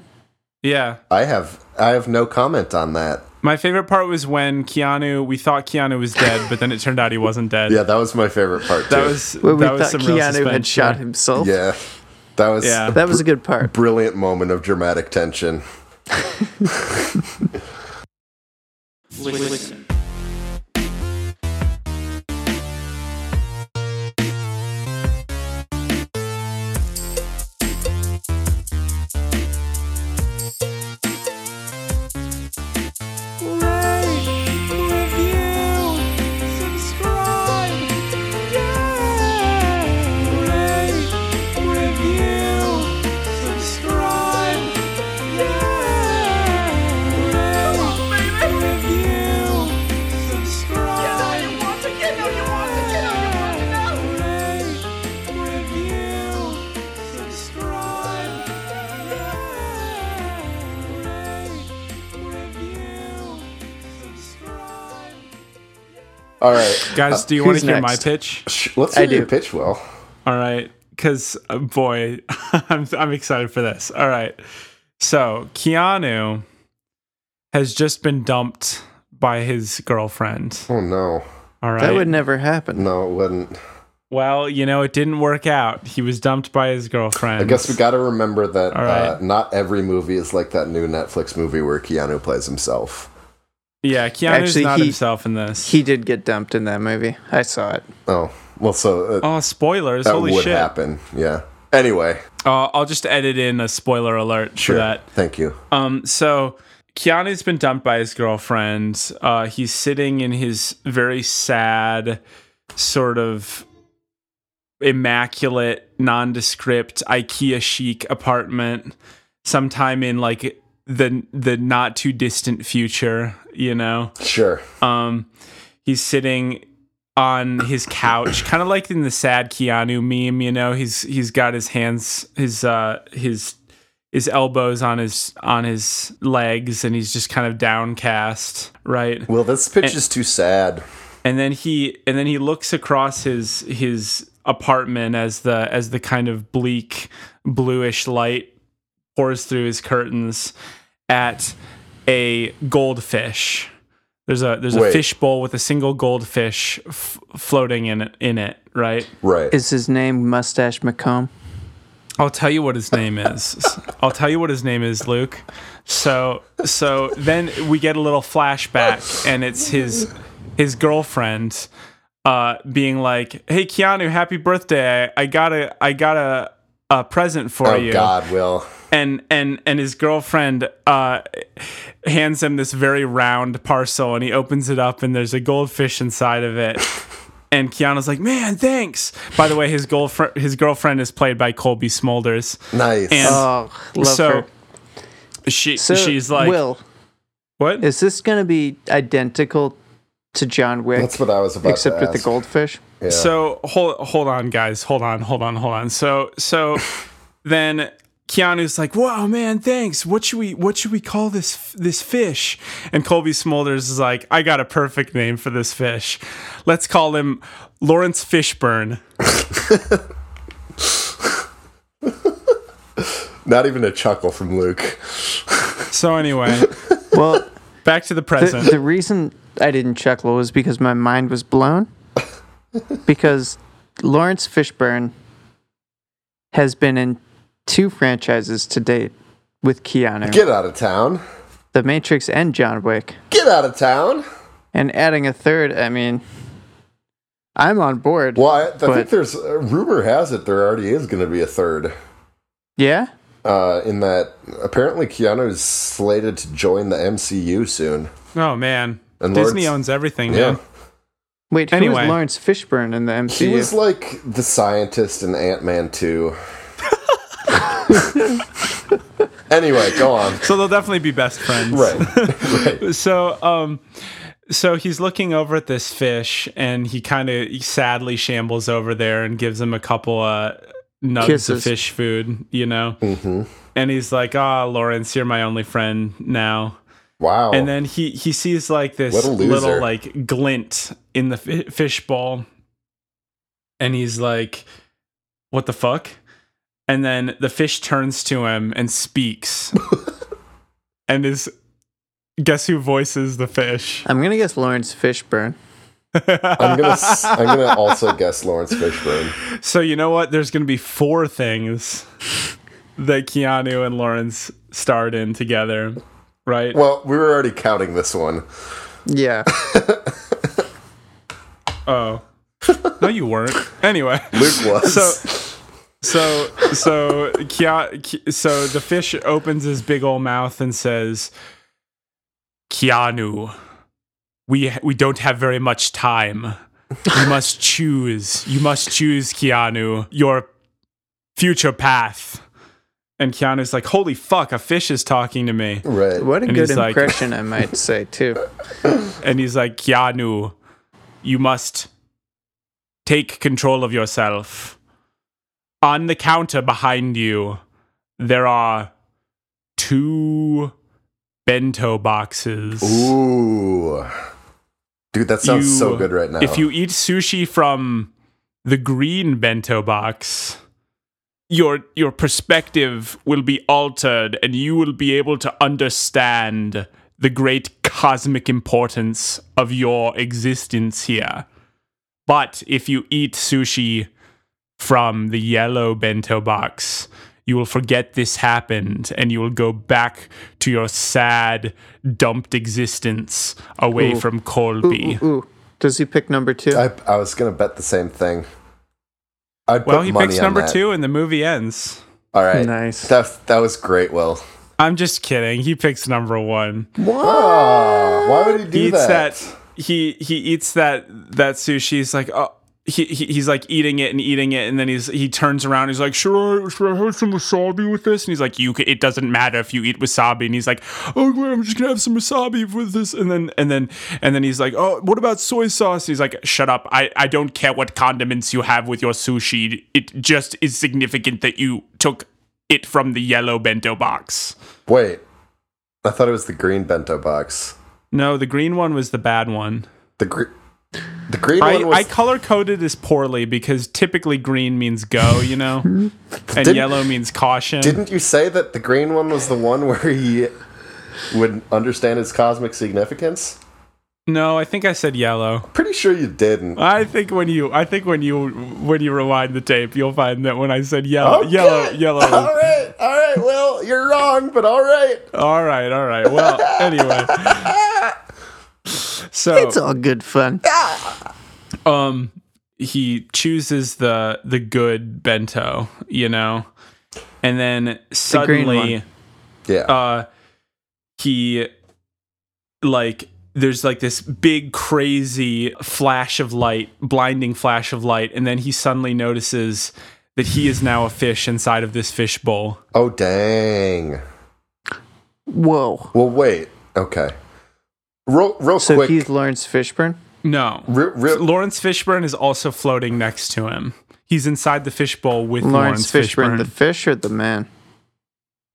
[SPEAKER 3] Yeah.
[SPEAKER 2] I have I have no comment on that.
[SPEAKER 3] My favorite part was when Keanu, we thought Keanu was dead, but then it turned out he wasn't dead.
[SPEAKER 2] Yeah, that was my favorite part too.
[SPEAKER 3] That was
[SPEAKER 4] Where we
[SPEAKER 3] that was
[SPEAKER 4] thought
[SPEAKER 3] some real
[SPEAKER 4] Keanu had
[SPEAKER 3] suspense
[SPEAKER 4] shot
[SPEAKER 3] there.
[SPEAKER 4] himself.
[SPEAKER 2] yeah, that was
[SPEAKER 3] Yeah.
[SPEAKER 2] a
[SPEAKER 4] That was a good part.
[SPEAKER 2] brilliant moment of dramatic tension. All right,
[SPEAKER 3] Guys, do you want
[SPEAKER 4] who's
[SPEAKER 3] to hear my
[SPEAKER 4] next?
[SPEAKER 3] pitch?
[SPEAKER 2] Sh- let's
[SPEAKER 4] I
[SPEAKER 2] hear your
[SPEAKER 4] do.
[SPEAKER 2] pitch, Will.
[SPEAKER 3] All right, because boy, I'm I'm excited for this. All right, so Keanu has just been dumped by his girlfriend.
[SPEAKER 2] Oh no,
[SPEAKER 3] All right,
[SPEAKER 4] That would never happen.
[SPEAKER 2] no, it wouldn't.
[SPEAKER 3] well, you know, it didn't work out. He was dumped by his girlfriend.
[SPEAKER 2] I guess we got to remember that
[SPEAKER 3] All right.
[SPEAKER 2] uh, not every movie is like that new Netflix movie where Keanu plays himself.
[SPEAKER 3] Yeah, Keanu's
[SPEAKER 4] Actually,
[SPEAKER 3] not
[SPEAKER 4] he-
[SPEAKER 3] himself in this.
[SPEAKER 4] He did get dumped in that movie. I saw it.
[SPEAKER 2] Oh, well, so uh,
[SPEAKER 3] oh, spoilers!
[SPEAKER 2] that
[SPEAKER 3] Holy
[SPEAKER 2] would
[SPEAKER 3] shit!
[SPEAKER 2] happen. Yeah. Anyway,
[SPEAKER 3] Uh, I'll just edit in a spoiler alert
[SPEAKER 2] sure.
[SPEAKER 3] for that.
[SPEAKER 2] Thank you.
[SPEAKER 3] Um, so Keanu's been dumped by his girlfriend. Uh, he's sitting in his very sad, sort of immaculate, nondescript IKEA chic apartment, sometime in like the the not too distant future. You know,
[SPEAKER 2] Sure.
[SPEAKER 3] um, he's sitting on his couch, kind of like in the sad Keanu meme. You know, he's he's got his hands, his uh, his his elbows on his on his legs, and he's just kind of downcast, right?
[SPEAKER 2] Well, this pitch is too sad.
[SPEAKER 3] and then he and then he looks across his his apartment as the as the kind of bleak bluish light pours through his curtains at a goldfish there's a there's a
[SPEAKER 2] Wait.
[SPEAKER 3] fish bowl with a single goldfish f- floating in it, in it right
[SPEAKER 2] Right.
[SPEAKER 4] Is his name Mustache McComb?
[SPEAKER 3] I'll tell you what his name is. I'll tell you what his name is, Luke. So so then we get a little flashback and it's his his girlfriend uh being like, "Hey Keanu, happy birthday. I, I got a I got a a present for
[SPEAKER 2] oh
[SPEAKER 3] you."
[SPEAKER 2] God, Will.
[SPEAKER 3] And and and his girlfriend uh hands him this very round parcel and he opens it up and there's a goldfish inside of it. And Keanu's like, "Man, thanks." By the way, his girlfriend his girlfriend is played by Colby Smulders
[SPEAKER 2] Nice. Uh,
[SPEAKER 3] And-
[SPEAKER 4] Oh, love
[SPEAKER 3] so
[SPEAKER 4] her.
[SPEAKER 3] she
[SPEAKER 4] So,
[SPEAKER 3] she's like
[SPEAKER 4] Will,
[SPEAKER 3] what
[SPEAKER 4] is this going to be identical to John Wick?
[SPEAKER 2] That's what I was about
[SPEAKER 4] except
[SPEAKER 2] to
[SPEAKER 4] with the
[SPEAKER 2] ask.
[SPEAKER 4] goldfish.
[SPEAKER 2] Yeah.
[SPEAKER 3] so hold hold on guys hold on hold on hold on so so then Keanu's like wow man thanks what should we what should we call this f- this fish and Colby Smulders is like I got a perfect name for this fish let's call him Lawrence Fishburne
[SPEAKER 2] Not even a chuckle from Luke.
[SPEAKER 3] so anyway
[SPEAKER 4] Well,
[SPEAKER 3] back to the
[SPEAKER 4] the,
[SPEAKER 3] present
[SPEAKER 4] the reason I didn't chuckle was because my mind was blown. because Lawrence Fishburne has been in two franchises to date with Keanu,
[SPEAKER 2] Get out of town.
[SPEAKER 4] The Matrix and John Wick.
[SPEAKER 2] Get out of town.
[SPEAKER 4] And adding a third, I mean, I'm on board.
[SPEAKER 2] Well, I, I think
[SPEAKER 4] But-
[SPEAKER 2] there's uh, rumor has it there already is going to be a third.
[SPEAKER 4] Yeah?
[SPEAKER 2] Uh, in that apparently Keanu is slated to join the MCU soon.
[SPEAKER 3] oh man
[SPEAKER 2] And
[SPEAKER 3] Disney
[SPEAKER 2] Lawrence-
[SPEAKER 3] owns everything
[SPEAKER 2] Yeah.
[SPEAKER 3] man
[SPEAKER 4] Wait, who
[SPEAKER 3] Anyway.
[SPEAKER 4] was Lawrence Fishburne in the
[SPEAKER 2] He
[SPEAKER 4] MCU?
[SPEAKER 2] was like the scientist in Ant Man 2. anyway, go on.
[SPEAKER 3] so they'll definitely be best friends
[SPEAKER 2] Right. right.
[SPEAKER 3] so um so he's looking over at this fish and he kind of sadly shambles over there and gives him a couple uh nugs of
[SPEAKER 4] Kisses.
[SPEAKER 3] fish food you know mm-hmm. and he's like ah lawrence you're my only friend now
[SPEAKER 2] Wow.
[SPEAKER 3] and then he he sees like this
[SPEAKER 2] What a loser.
[SPEAKER 3] little like glint in the fi- fish bowl and he's like what the fuck and then the fish turns to him and speaks and is guess who voices the fish
[SPEAKER 4] I'm gonna guess Lawrence Fishburne.
[SPEAKER 2] I'm gonna s- I'm gonna also guess Lawrence Fishburne.
[SPEAKER 3] so you know what there's gonna be four things that keanu and lawrence starred in together right
[SPEAKER 2] Well, we were already counting this one.
[SPEAKER 4] Yeah,
[SPEAKER 3] oh no you weren't anyway
[SPEAKER 2] Luke was.
[SPEAKER 3] So- So so Kia, Ki- so the fish opens his big old mouth and says, "Keanu, we we don't have very much time. You must choose. You must choose, Keanu, your future path." And Keanu's like, "Holy fuck, a fish is talking to me."
[SPEAKER 2] right.
[SPEAKER 4] what a
[SPEAKER 3] And
[SPEAKER 4] good
[SPEAKER 3] he's like-
[SPEAKER 4] impression, I might say too.
[SPEAKER 3] And he's like, Keanu, you must take control of yourself. On the counter behind you, there are two bento boxes.
[SPEAKER 2] Ooh. Dude, that sounds
[SPEAKER 3] You-
[SPEAKER 2] so good right now.
[SPEAKER 3] If you eat sushi from the green bento box, your your perspective will be altered and you will be able to understand the great cosmic importance of your existence here. But if you eat sushi from the yellow bento box, you will forget this happened and you will go back to your sad, dumped existence away from Colby.
[SPEAKER 4] Ooh, ooh. Does he pick number two?
[SPEAKER 2] I, I was gonna bet the same thing. I'd
[SPEAKER 3] Well,
[SPEAKER 2] put
[SPEAKER 3] he
[SPEAKER 2] money
[SPEAKER 3] picks
[SPEAKER 2] on
[SPEAKER 3] number
[SPEAKER 2] that.
[SPEAKER 3] two, and the movie ends.
[SPEAKER 2] All right,
[SPEAKER 4] Nice.
[SPEAKER 2] That that was great. Will.
[SPEAKER 3] I'm just kidding. He picks number one.
[SPEAKER 2] Ah, why would he do
[SPEAKER 3] He eats
[SPEAKER 2] that?
[SPEAKER 3] that. He he eats that that sushi. He's like, oh, he, he he's like eating it and eating it, and then he's he turns around. He's like, should I should I have some wasabi with this? And he's like, you. ca- It doesn't matter if you eat wasabi. And he's like, oh, well, I'm just gonna have some wasabi with this. And then and then and then he's like, oh, what about soy sauce? And he's like, shut up. I I don't care what condiments you have with your sushi. It just is significant that you took it from the yellow bento box.
[SPEAKER 2] Wait, I thought it was the green bento box.
[SPEAKER 3] No, the green one was the bad one.
[SPEAKER 2] The green, the green
[SPEAKER 3] I,
[SPEAKER 2] one was.
[SPEAKER 3] I color coded this poorly because typically green means go, you know, and
[SPEAKER 2] Hmm. Didn't-
[SPEAKER 3] yellow means caution.
[SPEAKER 2] didn't you say that the green one was the one where he would understand its cosmic significance?
[SPEAKER 3] no, I think I said yellow.
[SPEAKER 2] Pretty sure you didn't.
[SPEAKER 3] I think when you, I think when you, when you rewind the tape, you'll find that when I said yellow,
[SPEAKER 2] Okay.
[SPEAKER 3] yellow, yellow.
[SPEAKER 2] All right, all right. Well, you're wrong, but all right.
[SPEAKER 3] all right, all right. Well, anyway. So
[SPEAKER 4] it's all good fun.
[SPEAKER 3] um he chooses the the good bento, you know. And then
[SPEAKER 4] green one.
[SPEAKER 3] suddenly
[SPEAKER 2] Yeah.
[SPEAKER 3] uh he like there's like this big crazy flash of light, blinding flash of light, and then he suddenly notices that he is now a fish inside of this fish bowl.
[SPEAKER 2] oh dang.
[SPEAKER 4] Whoa.
[SPEAKER 2] Well, wait. Okay. Real, real
[SPEAKER 4] So
[SPEAKER 2] quick.
[SPEAKER 4] he's Lawrence Fishburne.
[SPEAKER 3] No.
[SPEAKER 2] Re- re-
[SPEAKER 3] Lawrence Fishburne is also floating next to him. He's inside the fishbowl with Lawrence,
[SPEAKER 4] Lawrence, Fishburne,
[SPEAKER 3] Fishburne.
[SPEAKER 4] the fish or the man?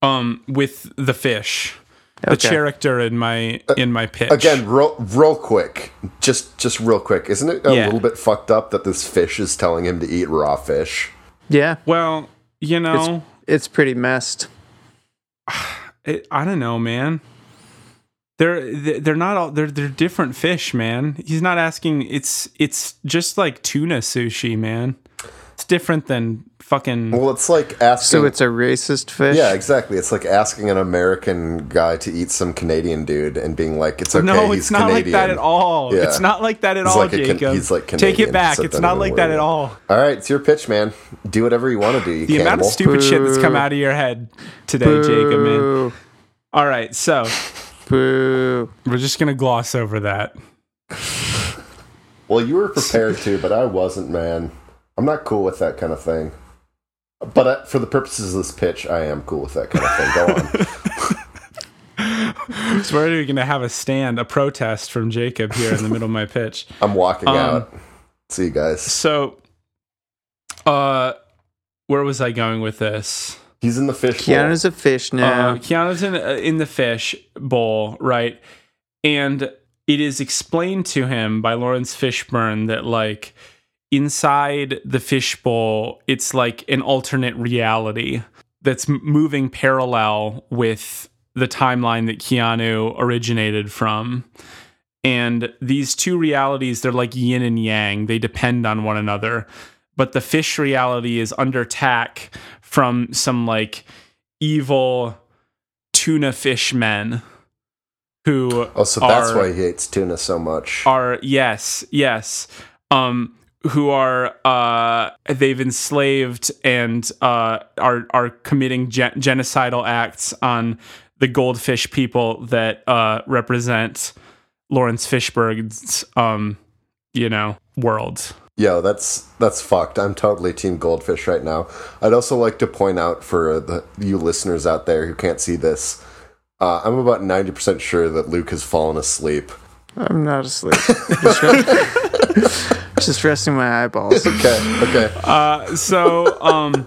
[SPEAKER 3] um with the fish the
[SPEAKER 4] Okay.
[SPEAKER 3] character in my in my pitch
[SPEAKER 2] Again, real, real quick, just just real quick. Isn't it a
[SPEAKER 3] Yeah.
[SPEAKER 2] little bit fucked up that this fish is telling him to eat raw fish?
[SPEAKER 4] Yeah,
[SPEAKER 3] well you know
[SPEAKER 4] it's pretty messed.
[SPEAKER 3] it, i don't know man they're they're not all they're they're different fish man he's not asking it's it's just like tuna sushi man it's different than fucking
[SPEAKER 2] Well, it's like asking.
[SPEAKER 4] So it's a racist fish.
[SPEAKER 2] yeah, exactly. It's like asking an American guy to eat some Canadian dude and being like, "It's okay,
[SPEAKER 3] no
[SPEAKER 2] he's
[SPEAKER 3] it's not like
[SPEAKER 2] Canadian."
[SPEAKER 3] that at all
[SPEAKER 2] Yeah.
[SPEAKER 3] it's not like that at
[SPEAKER 2] He's
[SPEAKER 3] all
[SPEAKER 2] like a Can-
[SPEAKER 3] jacob
[SPEAKER 2] he's like
[SPEAKER 3] take
[SPEAKER 2] Canadian,
[SPEAKER 3] it back
[SPEAKER 2] so
[SPEAKER 3] it's
[SPEAKER 2] don't
[SPEAKER 3] not
[SPEAKER 2] even
[SPEAKER 3] like that
[SPEAKER 2] worry.
[SPEAKER 3] at all
[SPEAKER 2] All right, it's your pitch, man. Do whatever you want to do. You
[SPEAKER 3] the amount
[SPEAKER 2] cannibal.
[SPEAKER 3] of stupid shit that's come out of your head today jacob man
[SPEAKER 4] Boo.
[SPEAKER 3] all right so
[SPEAKER 4] Boo.
[SPEAKER 3] we're just gonna gloss over that
[SPEAKER 2] Well, you were prepared to, but I wasn't, man. I'm not cool with that kind of thing. But uh, for the purposes of this pitch, I am cool with that kind of thing. Go on.
[SPEAKER 3] So we're already going to have a stand, a protest from Jacob here in the middle of my pitch.
[SPEAKER 2] I'm walking
[SPEAKER 3] Um,
[SPEAKER 2] out. See you guys.
[SPEAKER 3] So, uh, where was I going with this?
[SPEAKER 2] He's in the fish. bowl.
[SPEAKER 4] Keanu's a fish now.
[SPEAKER 3] Uh, Keanu's in, uh, in the fish bowl, right? And it is explained to him by Lawrence Fishburne that, like, inside the fish bowl, it's like an alternate reality that's m- moving parallel with the timeline that Keanu originated from. And these two realities, they're like yin and yang, they depend on one another. But the fish reality is under attack from some like evil tuna fish men who
[SPEAKER 2] Oh, so that's
[SPEAKER 3] are-
[SPEAKER 2] why he hates tuna so much.
[SPEAKER 3] are yes yes um who are uh they've enslaved and uh are are committing gen- genocidal acts on the goldfish people that uh represent Lawrence Fishburne's um you know world
[SPEAKER 2] Yo, that's that's fucked. I'm totally team goldfish right now. I'd also like to point out for the you listeners out there who can't see this, uh, I'm about ninety percent sure that Luke has fallen asleep.
[SPEAKER 3] Oh.
[SPEAKER 4] I'm not asleep. Just, re- just resting my eyeballs.
[SPEAKER 2] Okay, okay.
[SPEAKER 3] uh so um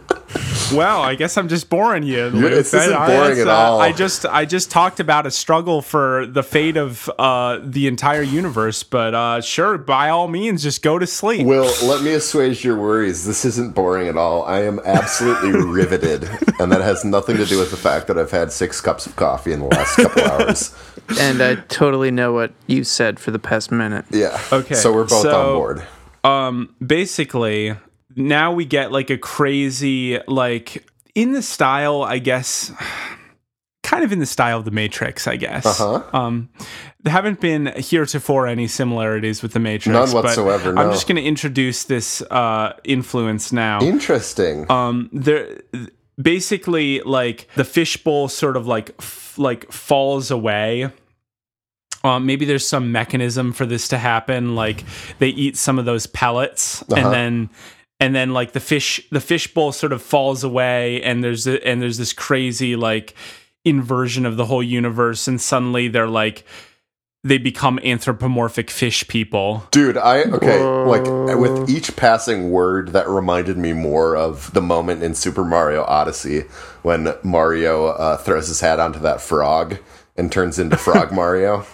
[SPEAKER 3] Well, I guess I'm just boring you. Luke.
[SPEAKER 2] it's- this isn't
[SPEAKER 3] I-
[SPEAKER 2] boring
[SPEAKER 3] that's,
[SPEAKER 2] at
[SPEAKER 3] uh,
[SPEAKER 2] all.
[SPEAKER 3] I just I just talked about a struggle for the fate of uh, the entire universe, but uh, sure, by all means, just go to sleep.
[SPEAKER 2] Will, let me assuage your worries. This isn't boring at all. I am absolutely riveted, and that has nothing to do with the fact that I've had six cups of coffee in the last couple hours.
[SPEAKER 4] And I totally know what you said for the past minute.
[SPEAKER 2] Yeah.
[SPEAKER 3] Okay,
[SPEAKER 2] So we're both
[SPEAKER 3] so-
[SPEAKER 2] on board.
[SPEAKER 3] um basically now we get like a crazy like in the style i guess kind of in the style of the matrix i guess
[SPEAKER 2] Uh-huh.
[SPEAKER 3] um there haven't been heretofore any similarities with the matrix
[SPEAKER 2] None
[SPEAKER 3] but
[SPEAKER 2] whatsoever,
[SPEAKER 3] i'm
[SPEAKER 2] no.
[SPEAKER 3] just going to introduce this uh influence now
[SPEAKER 2] Interesting.
[SPEAKER 3] um there basically like the fishbowl sort of like f- like falls away um, maybe there's some mechanism for this to happen like they eat some of those pellets
[SPEAKER 2] Uh-huh.
[SPEAKER 3] and then and then like the fish the fishbowl sort of falls away and there's a, and there's this crazy like inversion of the whole universe and suddenly they're like they become anthropomorphic fish people
[SPEAKER 2] Dude, I okay, like with each passing word that reminded me more of the moment in Super Mario Odyssey when Mario uh, throws his hat onto that frog and turns into Frog Mario.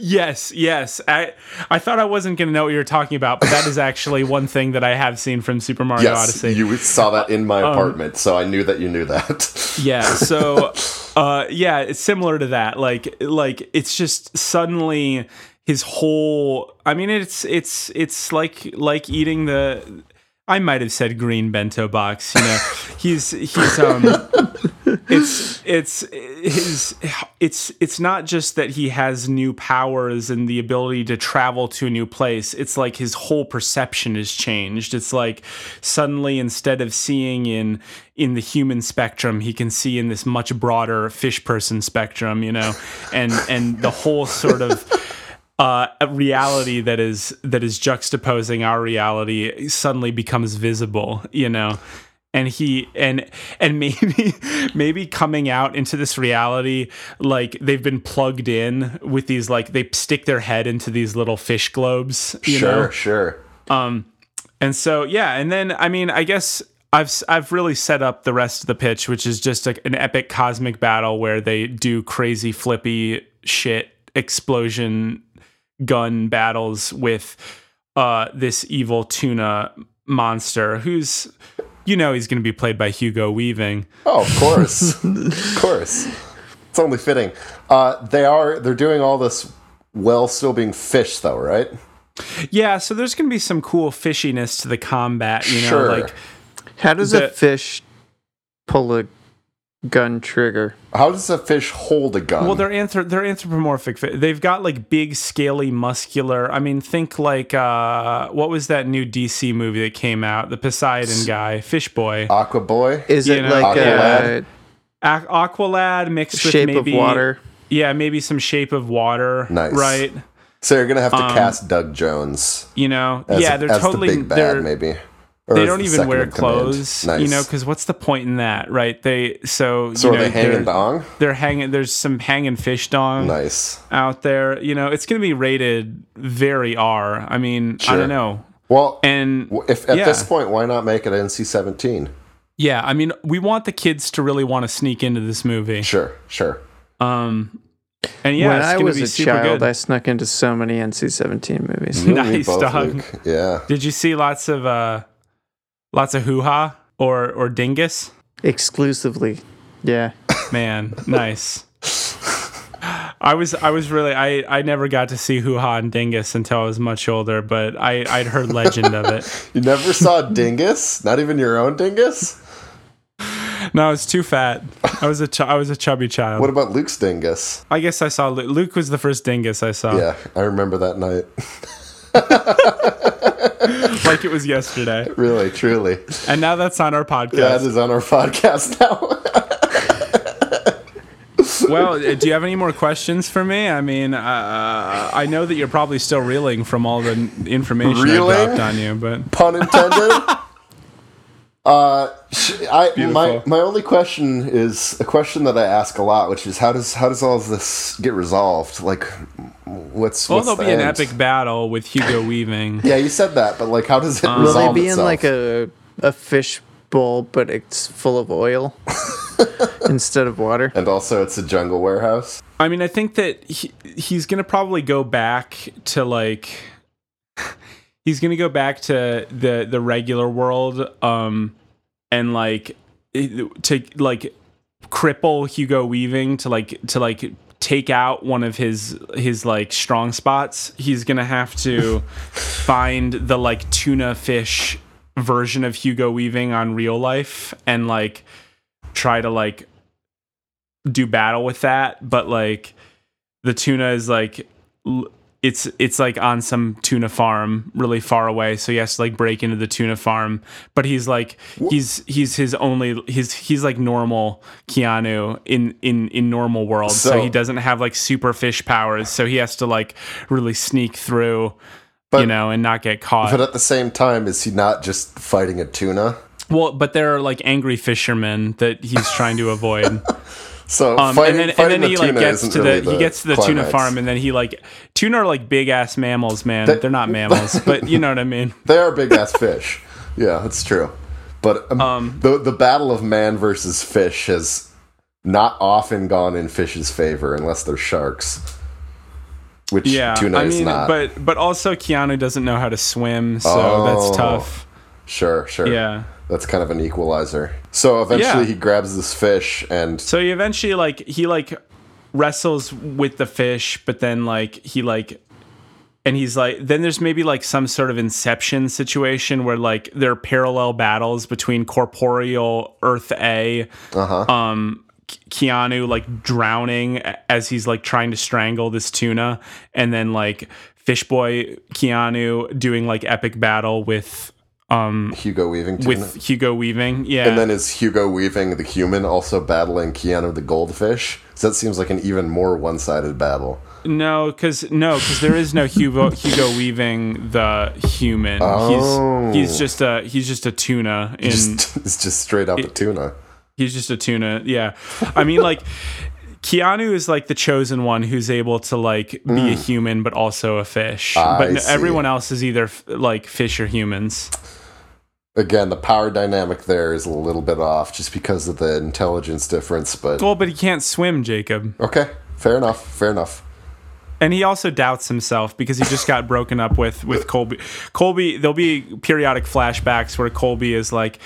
[SPEAKER 3] Yes, yes. I I thought I wasn't going to know what you were talking about, but that is actually one thing that I have seen from Super Mario
[SPEAKER 2] Yes,
[SPEAKER 3] Odyssey. Um,
[SPEAKER 2] you saw that in my apartment, so I knew that you knew that.
[SPEAKER 3] yeah. So, uh, yeah, it's similar to that. Like, like it's just suddenly his whole. I mean, it's it's it's like like eating the. I might have said green bento box. You know, he's he's um. it's it's his it's it's not just that he has new powers and the ability to travel to a new place it's like his whole perception is changed it's like suddenly instead of seeing in in the human spectrum he can see in this much broader fish person spectrum you know and and the whole sort of uh, a reality that is that is juxtaposing our reality suddenly becomes visible you know and he and and maybe maybe coming out into this reality like they've been plugged in with these like they stick their head into these little fish globes you
[SPEAKER 2] sure,
[SPEAKER 3] know
[SPEAKER 2] sure.
[SPEAKER 3] and so yeah, and then I mean, I guess I've I've really set up the rest of the pitch, which is just like an epic cosmic battle where they do crazy flippy shit explosion gun battles with uh this evil tuna monster who's you know he's going to be played by Hugo Weaving.
[SPEAKER 2] Oh, of course, of course. It's only fitting. Uh, they are they're doing all this while still being fish, though, right?
[SPEAKER 3] Yeah, so there's going to be some cool fishiness to the combat, you know,
[SPEAKER 2] Sure.
[SPEAKER 3] like
[SPEAKER 4] How does a
[SPEAKER 3] The-
[SPEAKER 4] fish pull a gun trigger?
[SPEAKER 2] How does a fish hold a gun?
[SPEAKER 3] Well, they're anthrop they're anthropomorphic. fi- They've got like big, scaly, muscular. I mean, think like uh, what was that new DC movie that came out? The Poseidon guy, Fish Boy,
[SPEAKER 2] Aqua Boy.
[SPEAKER 4] Is
[SPEAKER 3] You
[SPEAKER 4] it
[SPEAKER 3] know,
[SPEAKER 4] like
[SPEAKER 2] Aqualad?
[SPEAKER 4] a
[SPEAKER 3] Aqu Aqualad mixed
[SPEAKER 4] shape
[SPEAKER 3] with maybe
[SPEAKER 4] of water?
[SPEAKER 3] Yeah, maybe some Shape of Water.
[SPEAKER 2] Nice.
[SPEAKER 3] right?
[SPEAKER 2] So you're gonna have to cast Doug Jones.
[SPEAKER 3] You know,
[SPEAKER 2] as-
[SPEAKER 3] Um, yeah, they're
[SPEAKER 2] as
[SPEAKER 3] totally
[SPEAKER 2] the big bad,
[SPEAKER 3] they're
[SPEAKER 2] maybe. Or
[SPEAKER 3] they
[SPEAKER 2] as
[SPEAKER 3] don't
[SPEAKER 2] the
[SPEAKER 3] even
[SPEAKER 2] second
[SPEAKER 3] wear
[SPEAKER 2] in command.
[SPEAKER 3] clothes, you
[SPEAKER 2] Nice.
[SPEAKER 3] know, because what's the point in that, right? They so
[SPEAKER 2] so
[SPEAKER 3] you
[SPEAKER 2] are
[SPEAKER 3] know
[SPEAKER 2] they hanging
[SPEAKER 3] they're,
[SPEAKER 2] dong?
[SPEAKER 3] they're hanging. There's some hanging fish dong.
[SPEAKER 2] Nice.
[SPEAKER 3] out there. You know, it's going to be rated very R. I mean, I
[SPEAKER 2] Sure.
[SPEAKER 3] don't know.
[SPEAKER 2] Well,
[SPEAKER 3] And
[SPEAKER 2] w- if at
[SPEAKER 3] yeah.
[SPEAKER 2] this point, why not make it NC-17?
[SPEAKER 3] Yeah, I mean, we want the kids to really want to sneak into this movie.
[SPEAKER 2] Sure, sure.
[SPEAKER 3] Um, and yeah,
[SPEAKER 4] when
[SPEAKER 3] it's
[SPEAKER 4] I
[SPEAKER 3] gonna
[SPEAKER 4] was
[SPEAKER 3] be
[SPEAKER 4] a
[SPEAKER 3] super
[SPEAKER 4] child,
[SPEAKER 3] good.
[SPEAKER 4] I snuck into so many NC-17 movies.
[SPEAKER 2] You and me
[SPEAKER 3] Nice, dog.
[SPEAKER 2] Luke. Yeah.
[SPEAKER 3] Did you see lots of uh, lots of hoo ha or or dingus?
[SPEAKER 4] Exclusively. Yeah.
[SPEAKER 3] Man, nice. I was I was really I, I never got to see hoo ha and dingus until I was much older, but I I'd heard legend of it.
[SPEAKER 2] You never saw Dingus? Not even your own Dingus?
[SPEAKER 3] No, I was too fat. I was a ch- I was a chubby child.
[SPEAKER 2] What about Luke's Dingus?
[SPEAKER 3] I guess I saw Luke. Luke was the first dingus I saw.
[SPEAKER 2] Yeah, I remember that night.
[SPEAKER 3] Like it was yesterday.
[SPEAKER 2] really, truly.
[SPEAKER 3] And now that's on our
[SPEAKER 2] That
[SPEAKER 3] podcast.
[SPEAKER 2] is on our podcast now.
[SPEAKER 3] well, uh, do you have any more questions for me? I mean, uh, I know that you're probably still reeling from all the n- information I
[SPEAKER 2] Reeling?
[SPEAKER 3] dropped on you, but
[SPEAKER 2] pun intended. uh, sh- I, my
[SPEAKER 3] Beautiful.
[SPEAKER 2] my only question is a question that I ask a lot, which is how does how does all of this get resolved? Like, what's
[SPEAKER 3] well,
[SPEAKER 2] what's
[SPEAKER 3] oh, there'll
[SPEAKER 2] the
[SPEAKER 3] be an
[SPEAKER 2] end?
[SPEAKER 3] epic battle with Hugo Weaving.
[SPEAKER 2] Yeah, you said that, but like, how does it
[SPEAKER 4] Will they
[SPEAKER 2] resolve
[SPEAKER 4] be in
[SPEAKER 2] itself?
[SPEAKER 4] like a a fish bowl, but it's full of oil instead of water?
[SPEAKER 2] and also, it's a jungle warehouse.
[SPEAKER 3] I mean, I think that he, he's going to probably go back to like he's going to go back to the the regular world um and like it- to like cripple Hugo Weaving to like to like take out one of his his like strong spots. He's going to have to find the like tuna fish version of Hugo Weaving on real life and like try to like do battle with that, but like the tuna is like l- it's it's like on some tuna farm really far away, so he has to like break into the tuna farm. But he's like he's he's his only he's he's like normal Keanu in in in normal world, so,
[SPEAKER 2] So-
[SPEAKER 3] he doesn't have like super fish powers, so he has to like really sneak through. you
[SPEAKER 2] But-
[SPEAKER 3] know, and not get caught.
[SPEAKER 2] But uh, at the same time, is he not just fighting a tuna?
[SPEAKER 3] well, but there are like angry fishermen that he's trying to avoid.
[SPEAKER 2] So
[SPEAKER 3] Um,
[SPEAKER 2] fighting,
[SPEAKER 3] and then, and
[SPEAKER 2] fighting
[SPEAKER 3] then
[SPEAKER 2] the
[SPEAKER 3] he
[SPEAKER 2] tuna
[SPEAKER 3] like gets
[SPEAKER 2] isn't
[SPEAKER 3] to
[SPEAKER 2] really
[SPEAKER 3] the, he gets to the tuna
[SPEAKER 2] climax.
[SPEAKER 3] farm, and then he like tuna are like big ass mammals, man.
[SPEAKER 2] That-
[SPEAKER 3] They're not mammals, but you know what I mean.
[SPEAKER 2] They are big ass fish. Yeah, that's true. But um, the the battle of man versus fish has not often gone in fish's favor unless they're sharks, which
[SPEAKER 3] Yeah,
[SPEAKER 2] tuna
[SPEAKER 3] I
[SPEAKER 2] is
[SPEAKER 3] mean,
[SPEAKER 2] not.
[SPEAKER 3] but but also Keanu doesn't know how to swim, so
[SPEAKER 2] Oh.
[SPEAKER 3] that's tough.
[SPEAKER 2] sure, sure.
[SPEAKER 3] Yeah.
[SPEAKER 2] that's kind of an equalizer. So eventually,
[SPEAKER 3] Yeah.
[SPEAKER 2] he grabs this fish and
[SPEAKER 3] So he eventually like he like wrestles with the fish, but then like he like and he's like then there's maybe like some sort of inception situation where like there are parallel battles between corporeal Earth A
[SPEAKER 2] Uh-huh.
[SPEAKER 3] um, Keanu like drowning as he's like trying to strangle this tuna, and then like Fishboy Keanu doing like epic battle with um
[SPEAKER 2] Hugo Weaving tuna.
[SPEAKER 3] with Hugo Weaving. Yeah,
[SPEAKER 2] and then is Hugo Weaving the human also battling Keanu the goldfish? So that seems like an even more one sided battle.
[SPEAKER 3] no, because no, because there is no Hugo Hugo Weaving the human.
[SPEAKER 2] Oh.
[SPEAKER 3] He's he's just a he's just a tuna in Mm.
[SPEAKER 2] it's just straight up a tuna.
[SPEAKER 3] He's just a tuna. Yeah. I mean, like, Keanu is like the chosen one who's able to like be a human but also a fish.
[SPEAKER 2] Hmm. I
[SPEAKER 3] but no,
[SPEAKER 2] see.
[SPEAKER 3] everyone else is either f- like fish or humans.
[SPEAKER 2] again the power dynamic there is a little bit off just because of the intelligence difference but
[SPEAKER 3] Well, but he can't swim, Jacob.
[SPEAKER 2] okay fair enough fair enough
[SPEAKER 3] And he also doubts himself because he just got broken up with with Colby. Colby, there'll be periodic flashbacks where Colby is like,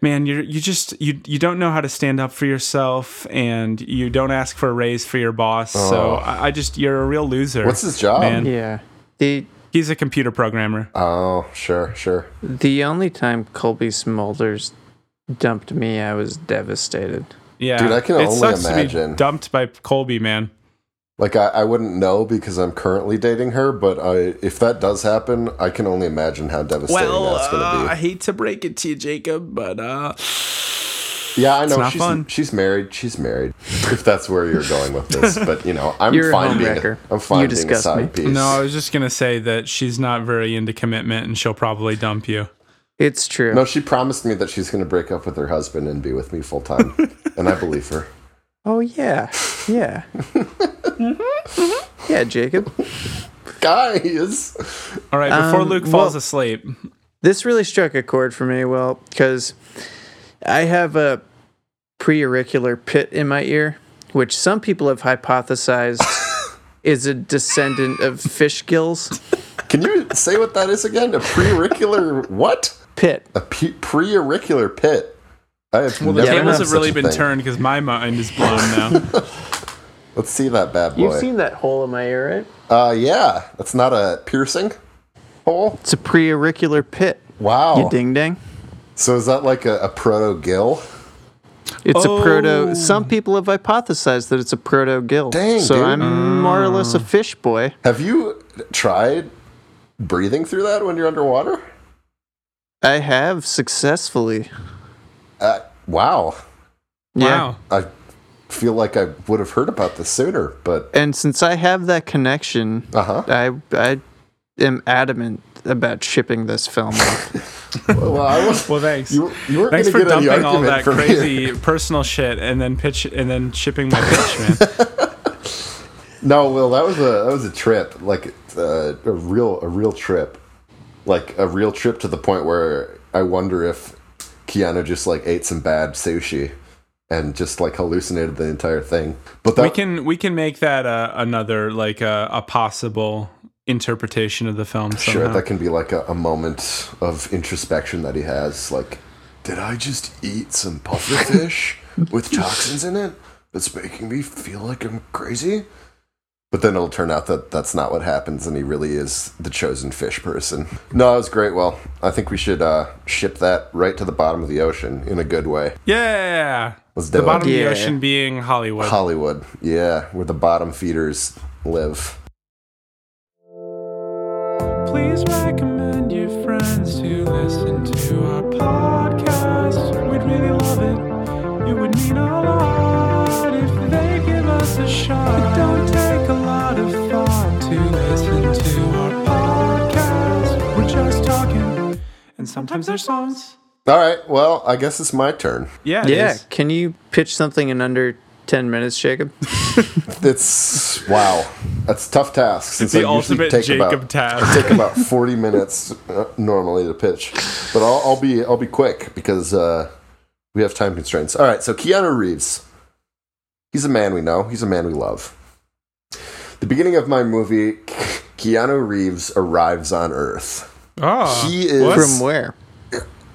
[SPEAKER 3] "Man, you are you just you you don't know how to stand up for yourself, and you don't ask for a raise for your boss. So I, I just you're a real loser."
[SPEAKER 2] Oh. what's his job
[SPEAKER 3] Man.
[SPEAKER 4] Yeah. The
[SPEAKER 3] He's a computer programmer.
[SPEAKER 2] oh sure sure
[SPEAKER 4] the only time Colby Smulders dumped me, I was devastated.
[SPEAKER 3] Yeah,
[SPEAKER 2] Dude, I can
[SPEAKER 3] it
[SPEAKER 2] only
[SPEAKER 3] sucks To
[SPEAKER 2] imagine.
[SPEAKER 3] be dumped by Colby, man.
[SPEAKER 2] like I, I wouldn't know because i'm currently dating her but I, if that does happen i can only imagine how devastating that's going to
[SPEAKER 3] uh, hate to break it to you, Jacob, but uh,
[SPEAKER 2] be yeah i know
[SPEAKER 3] not
[SPEAKER 2] she's,
[SPEAKER 3] fun.
[SPEAKER 2] she's married she's married if that's where you're going with this but you know i'm
[SPEAKER 4] You're a
[SPEAKER 2] fine being
[SPEAKER 4] homewrecker.
[SPEAKER 2] i'm fine
[SPEAKER 4] You
[SPEAKER 2] being a
[SPEAKER 4] disgust
[SPEAKER 2] side
[SPEAKER 4] me.
[SPEAKER 2] piece
[SPEAKER 3] no, I was just gonna say that she's not very into commitment, and she'll probably dump you.
[SPEAKER 4] It's true.
[SPEAKER 2] no she promised me that she's going to break up with her husband and be with me full time and i believe her
[SPEAKER 4] Oh yeah. Yeah. Mm-hmm. yeah, Jacob.
[SPEAKER 2] guys
[SPEAKER 3] All right, before
[SPEAKER 4] Um,
[SPEAKER 3] Luke falls
[SPEAKER 4] well-
[SPEAKER 3] asleep,
[SPEAKER 4] This really struck a chord for me, well, because I have a preauricular pit in my ear, which some people have hypothesized is a descendant of fish gills.
[SPEAKER 2] Can you say what that is again? A preauricular what?
[SPEAKER 4] Pit.
[SPEAKER 2] A pe- preauricular pit. I have never heard
[SPEAKER 3] Tables
[SPEAKER 2] of
[SPEAKER 3] have really
[SPEAKER 2] such a
[SPEAKER 3] been
[SPEAKER 2] thing.
[SPEAKER 3] turned because my mind is blown now.
[SPEAKER 2] Let's see that bad boy.
[SPEAKER 4] You've seen that hole in my ear, right?
[SPEAKER 2] uh, yeah, that's not a piercing hole.
[SPEAKER 4] It's a preauricular pit.
[SPEAKER 2] Wow.
[SPEAKER 4] You ding ding.
[SPEAKER 2] So is that like a, a proto gill?
[SPEAKER 4] It's
[SPEAKER 3] Oh.
[SPEAKER 4] a proto. Some people have hypothesized that it's a proto gill.
[SPEAKER 2] Dang,
[SPEAKER 4] so
[SPEAKER 2] dude.
[SPEAKER 4] I'm more or less a fish boy.
[SPEAKER 2] Have you tried breathing through that when you're underwater?
[SPEAKER 4] I have successfully.
[SPEAKER 2] Uh, wow.
[SPEAKER 4] Yeah.
[SPEAKER 3] Wow.
[SPEAKER 2] I feel like I would have heard about this sooner, but
[SPEAKER 4] And since I have that connection,
[SPEAKER 2] uh huh.
[SPEAKER 4] I I am adamant about shipping this film. off.
[SPEAKER 2] Well, I was.
[SPEAKER 3] Well, thanks.
[SPEAKER 2] You, you weren't
[SPEAKER 3] Thanks
[SPEAKER 2] gonna
[SPEAKER 3] for
[SPEAKER 2] get any
[SPEAKER 3] dumping all that
[SPEAKER 2] argument from
[SPEAKER 3] crazy
[SPEAKER 2] me.
[SPEAKER 3] personal shit and then pitch and then shipping my pitch, man.
[SPEAKER 2] No, Will, that was a that was a trip, like uh, a real a real trip, like a real trip to the point where I wonder if Keanu just like ate some bad sushi and just like hallucinated the entire thing. But that
[SPEAKER 3] we can we can make that uh, another like uh, a possible interpretation of the film.
[SPEAKER 2] sure
[SPEAKER 3] somehow.
[SPEAKER 2] that can be like a, a moment of introspection that he has. Like, did I just eat some pufferfish with toxins in it that's making me feel like I'm crazy? But then it'll turn out that that's not what happens, and he really is the chosen fish person. No, it was great. Well, I think we should uh, ship that right to the bottom of the ocean in a good way.
[SPEAKER 3] yeah.
[SPEAKER 2] Let's do
[SPEAKER 3] The
[SPEAKER 2] it.
[SPEAKER 3] bottom
[SPEAKER 4] Yeah.
[SPEAKER 3] of the ocean being Hollywood.
[SPEAKER 2] Hollywood, yeah, where the bottom feeders live.
[SPEAKER 3] Please recommend your friends to listen to our podcast. We'd really love it. It would mean a lot if they give us a shot. It don't take a lot of thought to listen to our podcast. We're just talking, and sometimes there's songs.
[SPEAKER 2] All right. Well, I guess it's my turn.
[SPEAKER 3] Yeah, it
[SPEAKER 4] yeah.
[SPEAKER 3] is.
[SPEAKER 4] Can you pitch something in under ten minutes, Jacob?
[SPEAKER 2] It's wow. That's a tough task. since
[SPEAKER 3] It's the
[SPEAKER 2] I usually
[SPEAKER 3] ultimate
[SPEAKER 2] take
[SPEAKER 3] Jacob
[SPEAKER 2] about,
[SPEAKER 3] task.
[SPEAKER 2] Take about forty minutes uh, normally to pitch, but I'll, I'll be I'll be quick because uh, we have time constraints. All right, so Keanu Reeves, he's a man we know. He's a man we love. The beginning of my movie, Keanu Reeves arrives on Earth
[SPEAKER 3] Oh,
[SPEAKER 2] He is-
[SPEAKER 3] what?
[SPEAKER 4] From where?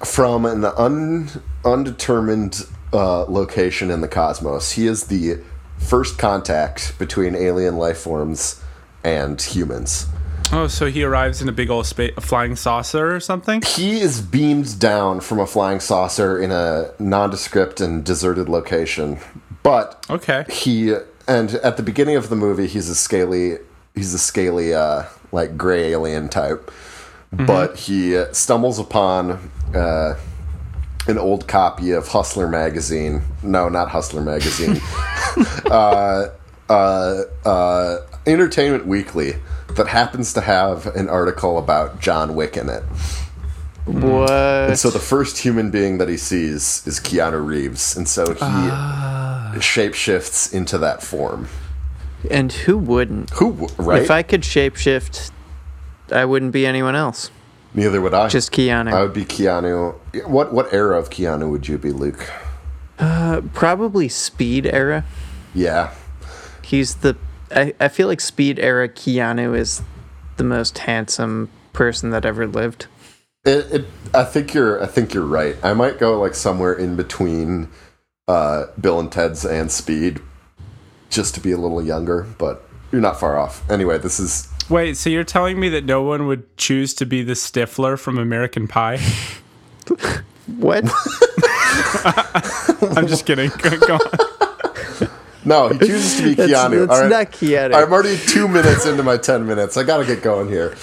[SPEAKER 2] from an un, undetermined uh, location in the cosmos. He is the first contact between alien life forms and humans.
[SPEAKER 3] Oh, so he arrives in a big old spa- flying saucer or something.
[SPEAKER 2] He is beamed down from a flying saucer in a nondescript and deserted location, but
[SPEAKER 3] Okay.
[SPEAKER 2] he and at the beginning of the movie he's a scaly he's a scaly uh like gray alien type but he stumbles upon uh an old copy of hustler magazine no not hustler magazine uh, uh, entertainment weekly that happens to have an article about john wick in it
[SPEAKER 4] What?
[SPEAKER 2] so the first human being that he sees is keanu reeves and so he shapeshifts into that form
[SPEAKER 4] And who wouldn't?
[SPEAKER 2] Who w- right?
[SPEAKER 4] If I could shapeshift, I wouldn't be anyone else.
[SPEAKER 2] Neither would I.
[SPEAKER 4] Just Keanu.
[SPEAKER 2] I would be Keanu. What what era of Keanu would you be, Luke?
[SPEAKER 4] Probably Speed era.
[SPEAKER 2] Yeah,
[SPEAKER 4] He's the. I, I feel like Speed era Keanu is the most handsome person that ever lived.
[SPEAKER 2] it, it, I think you're. I think you're right. I might go like somewhere in between uh, Bill and Ted's and Speed, just to be a little younger. But you're not far off. Anyway, this is
[SPEAKER 3] Wait, so you're telling me that no one would choose to be the Stifler from American Pie?
[SPEAKER 4] What?
[SPEAKER 3] I'm just kidding. Go, go on.
[SPEAKER 2] no. He chooses to be
[SPEAKER 4] That's,
[SPEAKER 2] Keanu.
[SPEAKER 4] that's
[SPEAKER 2] All right.
[SPEAKER 4] not Keanu.
[SPEAKER 2] I'm already two minutes into my ten minutes. I gotta get going here.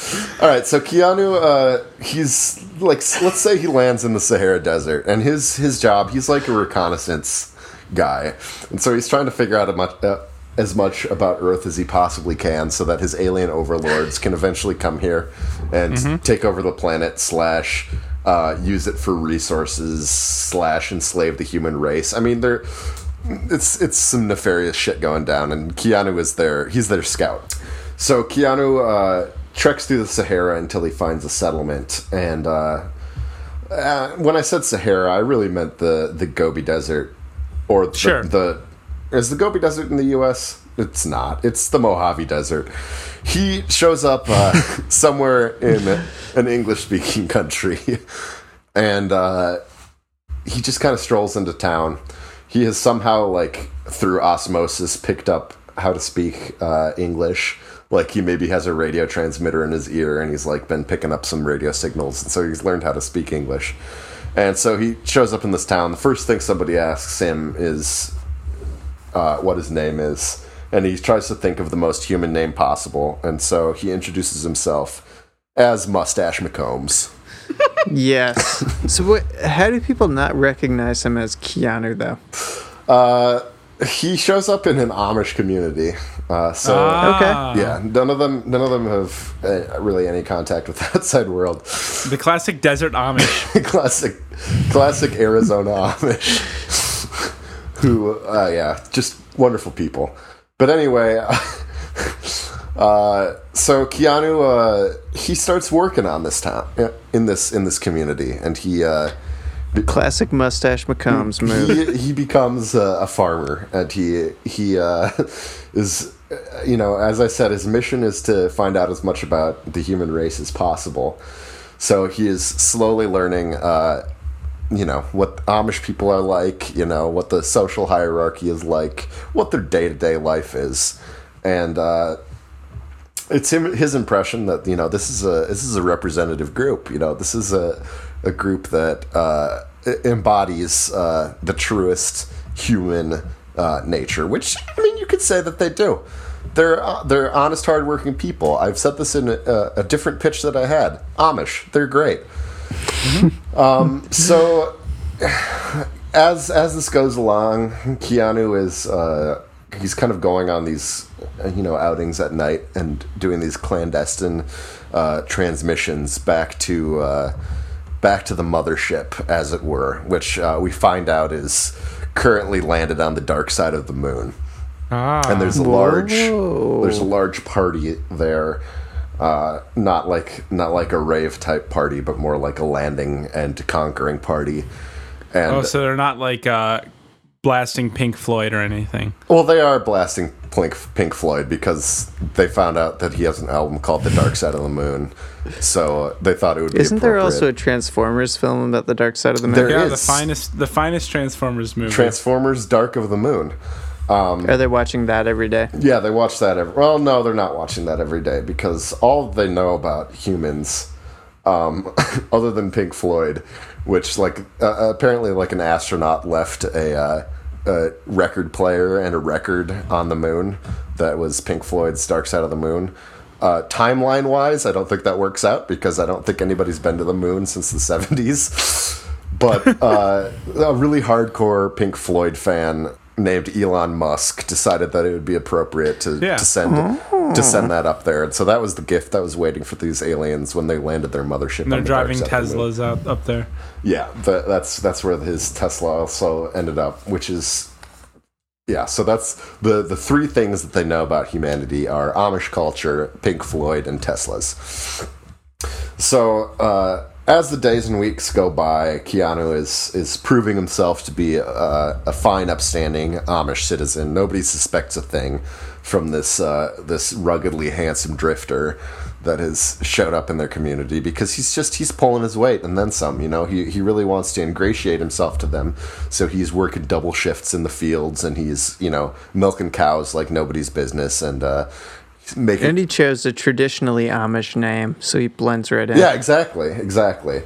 [SPEAKER 2] All right, so Keanu, uh, he's like, s- let's say he lands in the Sahara Desert, and his his job, he's like a reconnaissance guy, and so he's trying to figure out a much, uh, as much about Earth as he possibly can, so that his alien overlords can eventually come here and take over the planet slash. Uh, use it for resources slash enslave the human race. I mean, they're it's it's some nefarious shit going down, and Keanu is their he's their scout. So Keanu uh, treks through the Sahara until he finds a settlement, and uh, uh, when I said Sahara, I really meant the the Gobi Desert, or the,
[SPEAKER 3] Sure.
[SPEAKER 2] the is the Gobi Desert in the U.S. It's not. It's the Mojave Desert. He shows up uh, somewhere in an English speaking country, and uh, he just kind of strolls into town. He has somehow, like through osmosis, picked up how to speak uh, English. Like he maybe has a radio transmitter in his ear, and he's like been picking up some radio signals, and so he's learned how to speak English. And so he shows up in this town. The first thing somebody asks him is uh, what his name is, and he tries to think of the most human name possible. And so he introduces himself as Mustache McCombs.
[SPEAKER 4] Yes. so what? How do people not recognize him as Keanu though?
[SPEAKER 2] Uh, he shows up in an Amish community, uh, so
[SPEAKER 3] Ah,
[SPEAKER 2] yeah, none of them, none of them have uh, really any contact with the outside world.
[SPEAKER 3] The classic desert Amish.
[SPEAKER 2] classic, classic Arizona Amish, who, uh, yeah, just wonderful people. But anyway, uh, so Keanu, uh, he starts working on this town in this in this community, and he. Uh,
[SPEAKER 4] Classic mustache McCombs
[SPEAKER 2] Mm-hmm.
[SPEAKER 4] move.
[SPEAKER 2] he, he becomes a, a farmer and he he uh, is uh, you know as i said his mission is to find out as much about the human race as possible so he is slowly learning uh, you know what amish people are like you know what the social hierarchy is like what their day-to-day life is and uh, it's him his impression that you know this is a this is a representative group you know this is a a group that uh, e- embodies uh, the truest human uh, nature which I mean you could say that they do they're uh, they're honest hardworking people I've said this in a, a different pitch that I had Amish they're great um, so as as this goes along, Keanu is uh, he's kind of going on these uh, you know outings at night and doing these clandestine uh, transmissions back to uh, back to the mothership, as it were, which uh, we find out is currently landed on the dark side of the moon and there's a large there's a large party there uh, not like not like a rave type party but more like a landing and conquering party and
[SPEAKER 3] oh, so they're not like uh, blasting Pink Floyd or anything.
[SPEAKER 2] well they are blasting pink, pink floyd because they found out that he has an album called the dark side of the moon so uh, they thought it would be
[SPEAKER 4] Isn't there also a
[SPEAKER 2] appropriate.
[SPEAKER 4] Transformers film about the dark side of the moon?
[SPEAKER 2] There
[SPEAKER 3] Yeah,
[SPEAKER 2] is.
[SPEAKER 3] the finest, the finest Transformers movie.
[SPEAKER 2] transformers dark of the moon
[SPEAKER 4] Are they watching that every day?
[SPEAKER 2] Yeah, they watch that every. Well, no, they're not watching that every day because all they know about humans, um, other than Pink Floyd, which like uh, apparently like an astronaut left a, uh, a record player and a record on the moon that was Pink Floyd's Dark Side of the Moon. Uh, timeline wise, I don't think that works out because I don't think anybody's been to the moon since the seventies. But uh, a really hardcore Pink Floyd fan named Elon Musk decided that it would be appropriate to,
[SPEAKER 3] Yeah.
[SPEAKER 2] to send to send that up there, and so that was the gift that was waiting for these aliens when they landed their mothership.
[SPEAKER 3] And they're
[SPEAKER 2] on the dark
[SPEAKER 3] driving
[SPEAKER 2] side of the moon.
[SPEAKER 3] Teslas out up there.
[SPEAKER 2] Yeah, the, that's that's where his Tesla also ended up, which is yeah. So that's the the three things that they know about humanity are Amish culture, Pink Floyd, and Teslas. So uh, as the days and weeks go by, Keanu is is proving himself to be a, a fine, upstanding Amish citizen. Nobody suspects a thing from this uh, this ruggedly handsome drifter that has showed up in their community because he's just he's pulling his weight and then some. You know, he he really wants to ingratiate himself to them, so he's working double shifts in the fields and he's you know milking cows like nobody's business and. Uh, Making
[SPEAKER 4] And he chose a traditionally Amish name, so he blends right in.
[SPEAKER 2] yeah, exactly, exactly.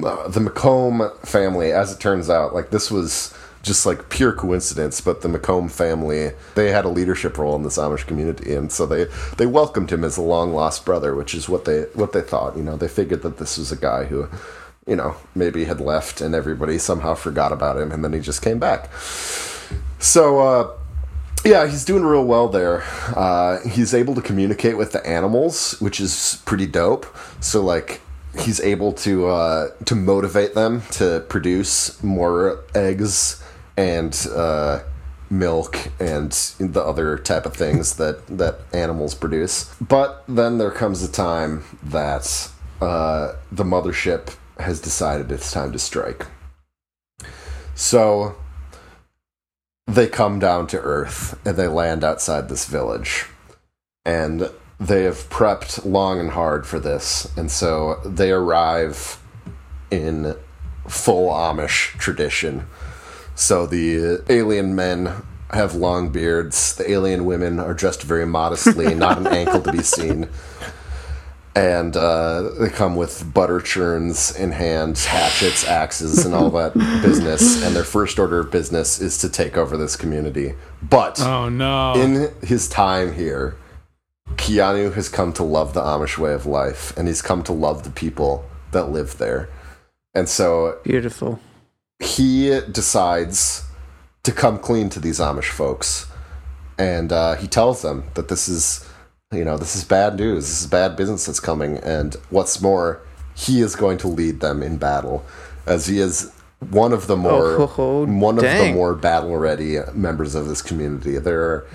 [SPEAKER 2] Uh, The McComb family, as it turns out, like this was just like pure coincidence, but the McComb family they had a leadership role in this Amish community, and so they they welcomed him as a long lost brother, which is what they what they thought. You know, they figured that this was a guy who. You know, maybe had left and everybody somehow forgot about him, and then he just came back. So, uh, yeah, he's doing real well there. Uh, he's able to communicate with the animals, which is pretty dope. So like, he's able to uh, to motivate them to produce more eggs and uh, milk and the other type of things that that animals produce. But then there comes a time that uh, the mothership has decided it's time to strike. So they come down to Earth and they land outside this village. And they have prepped long and hard for this. And so they arrive in full Amish tradition. So the alien men have long beards, the alien women are dressed very modestly, not an ankle to be seen. And uh, they come with butter churns in hand, hatchets, axes, and all that business. And their first order of business is to take over this community. But
[SPEAKER 3] Oh no.
[SPEAKER 2] in his time here, Keanu has come to love the Amish way of life, and he's come to love the people that live there. And so
[SPEAKER 4] Beautiful.
[SPEAKER 2] he decides to come clean to these Amish folks, and uh, he tells them that this is, you know, this is bad news. This is bad business that's coming, and what's more, he is going to lead them in battle, as he is one of the more
[SPEAKER 4] Oh, ho, ho,
[SPEAKER 2] one of the
[SPEAKER 4] dang.
[SPEAKER 2] more battle ready members of this community. There are.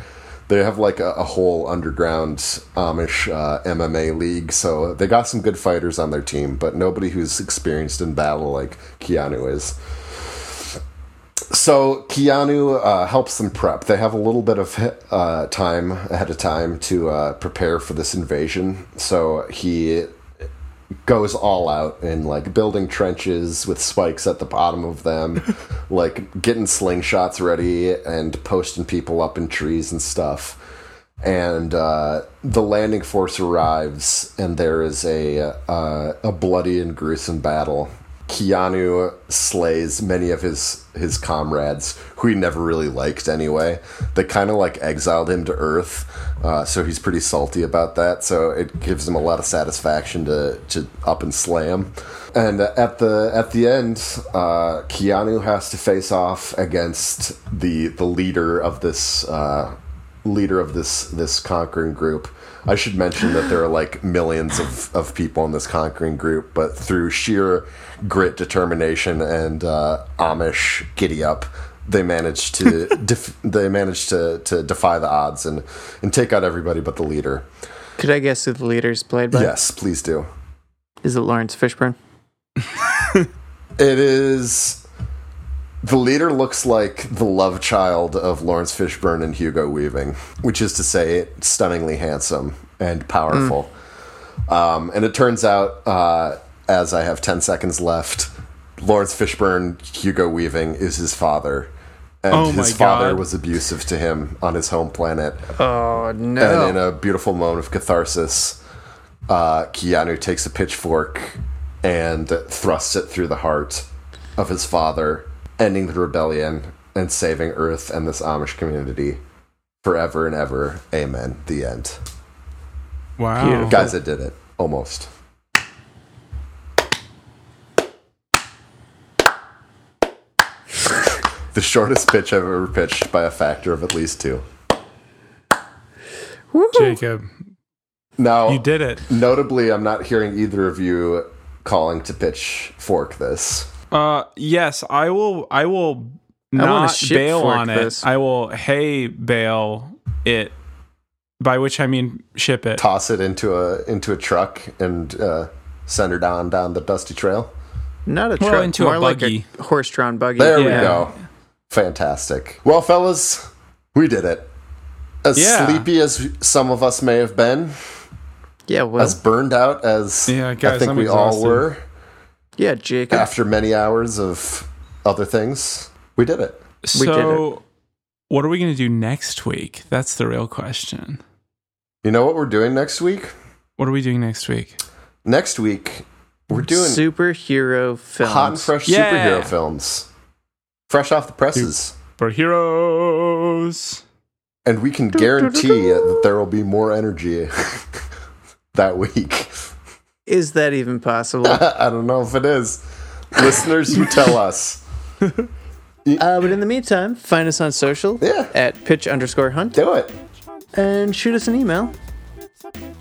[SPEAKER 2] They have like a, a whole underground Amish uh, MMA league, so they got some good fighters on their team, but nobody who's experienced in battle like Keanu is. So Keanu uh, helps them prep. They have a little bit of uh, time ahead of time to uh, prepare for this invasion. So he goes all out in like building trenches with spikes at the bottom of them, like getting slingshots ready and posting people up in trees and stuff. And uh, the landing force arrives, and there is a uh, a bloody and gruesome battle. Keanu slays many of his his comrades who he never really liked anyway. They kind of like exiled him to Earth, uh, so he's pretty salty about that. So it gives him a lot of satisfaction to to up and slay him. And at the at the end, uh, Keanu has to face off against the the leader of this uh, leader of this this conquering group. I should mention that there are like millions of, of people in this conquering group, but through sheer grit, determination, and uh, Amish giddy up, they managed to def- they managed to, to defy the odds and, and take out everybody but the leader.
[SPEAKER 4] Could I guess who the leader's played by?
[SPEAKER 2] yes, please do.
[SPEAKER 4] Is it Lawrence Fishburne?
[SPEAKER 2] It is the leader looks like the love child of Lawrence Fishburne and Hugo Weaving, which is to say, stunningly handsome and powerful. Um, and it turns out, uh, as I have ten seconds left, Lawrence Fishburne, Hugo Weaving is his father, and
[SPEAKER 3] Oh my
[SPEAKER 2] his father
[SPEAKER 3] God.
[SPEAKER 2] was abusive to him on his home planet.
[SPEAKER 4] Oh
[SPEAKER 2] And
[SPEAKER 4] no.
[SPEAKER 2] in a beautiful moment of catharsis, uh, Keanu takes a pitchfork and thrusts it through the heart of his father, ending the rebellion and saving Earth and this Amish community forever and ever. Amen. The end.
[SPEAKER 3] wow.
[SPEAKER 2] Guys, I did it. Almost. The shortest pitch I've ever pitched by a factor of at least two.
[SPEAKER 3] Jacob,
[SPEAKER 2] Now
[SPEAKER 3] you did it.
[SPEAKER 2] Notably, I'm not hearing either of you calling to pitch fork this.
[SPEAKER 3] Uh, yes, I will. I will
[SPEAKER 4] wanna
[SPEAKER 3] not
[SPEAKER 4] shit
[SPEAKER 3] bail
[SPEAKER 4] fork
[SPEAKER 3] on it.
[SPEAKER 4] this.
[SPEAKER 3] I will hey bail it. By which I mean ship it.
[SPEAKER 2] Toss it into a into a truck and uh, send her down down the dusty trail.
[SPEAKER 4] Not a
[SPEAKER 3] Well,
[SPEAKER 4] truck.
[SPEAKER 3] into a
[SPEAKER 4] more like
[SPEAKER 3] buggy.
[SPEAKER 4] a horse-drawn buggy.
[SPEAKER 2] There
[SPEAKER 3] Yeah.
[SPEAKER 2] we go. Fantastic. Well, fellas, we did it. As
[SPEAKER 3] Yeah.
[SPEAKER 2] sleepy as some of us may have been,
[SPEAKER 4] Yeah. Well.
[SPEAKER 2] as burned out as
[SPEAKER 3] Yeah, guys,
[SPEAKER 2] I think
[SPEAKER 3] I'm
[SPEAKER 2] we all
[SPEAKER 3] exhausted.
[SPEAKER 2] were
[SPEAKER 4] yeah, Jacob.
[SPEAKER 2] after many hours of other things, we did it.
[SPEAKER 3] so,
[SPEAKER 4] we did
[SPEAKER 3] what are we going to do next week? That's the real question.
[SPEAKER 2] You know what we're doing next week?
[SPEAKER 3] What are we doing next week?
[SPEAKER 2] Next week, we're doing
[SPEAKER 4] superhero films.
[SPEAKER 2] hot and fresh
[SPEAKER 3] Yeah.
[SPEAKER 2] superhero films, fresh off the presses,
[SPEAKER 3] For heroes.
[SPEAKER 2] and we can guarantee that there will be more energy that week.
[SPEAKER 4] Is that even possible?
[SPEAKER 2] I don't know if it is. Listeners, you tell us.
[SPEAKER 4] Uh, but in the meantime, find us on social
[SPEAKER 2] Yeah.
[SPEAKER 4] at pitch underscore hunt
[SPEAKER 2] Do it.
[SPEAKER 4] and shoot us an email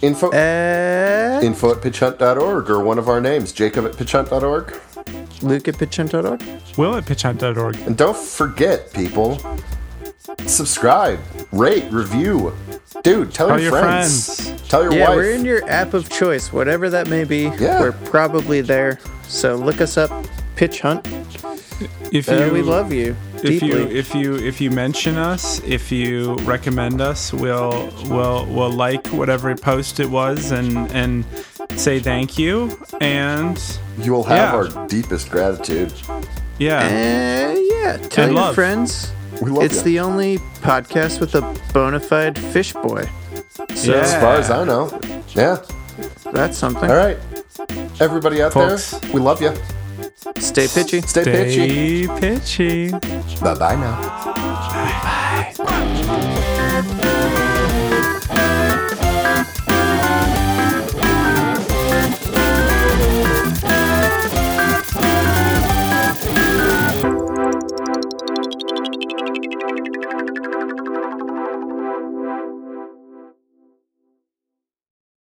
[SPEAKER 2] Info.
[SPEAKER 4] Eh. at
[SPEAKER 2] Info at pitchhunt.org or one of our names, Jacob at pitchhunt.org.
[SPEAKER 4] luke at pitchhunt.org.
[SPEAKER 3] Will at pitchhunt.org.
[SPEAKER 2] And don't forget, people, subscribe, rate, review. Dude, tell,
[SPEAKER 3] Tell
[SPEAKER 2] your,
[SPEAKER 3] your
[SPEAKER 2] friends.
[SPEAKER 3] friends.
[SPEAKER 2] Tell your
[SPEAKER 4] Yeah,
[SPEAKER 2] wife.
[SPEAKER 4] we're in your app of choice, whatever that may be.
[SPEAKER 2] Yeah.
[SPEAKER 4] We're probably there. So look us up, Pitch Hunt.
[SPEAKER 3] If
[SPEAKER 4] Uh,
[SPEAKER 3] you,
[SPEAKER 4] we love you
[SPEAKER 3] if
[SPEAKER 4] deeply.
[SPEAKER 3] you if you if you mention us, if you recommend us, we'll we'll we'll like whatever post it was and and say thank you and
[SPEAKER 2] you will have
[SPEAKER 3] Yeah.
[SPEAKER 2] our deepest gratitude.
[SPEAKER 3] yeah.
[SPEAKER 4] Uh, yeah, tell
[SPEAKER 3] And
[SPEAKER 4] your
[SPEAKER 3] love.
[SPEAKER 4] friends.
[SPEAKER 2] We love
[SPEAKER 4] it's
[SPEAKER 2] you.
[SPEAKER 4] the only podcast with a bona fide fish boy. So
[SPEAKER 3] Yeah.
[SPEAKER 2] As far as I know. Yeah.
[SPEAKER 4] that's something.
[SPEAKER 2] All right. Everybody out
[SPEAKER 3] Folks.
[SPEAKER 2] there, we love you.
[SPEAKER 4] Stay pitchy.
[SPEAKER 2] Stay, pitchy.
[SPEAKER 3] Stay pitchy.
[SPEAKER 2] Bye bye now.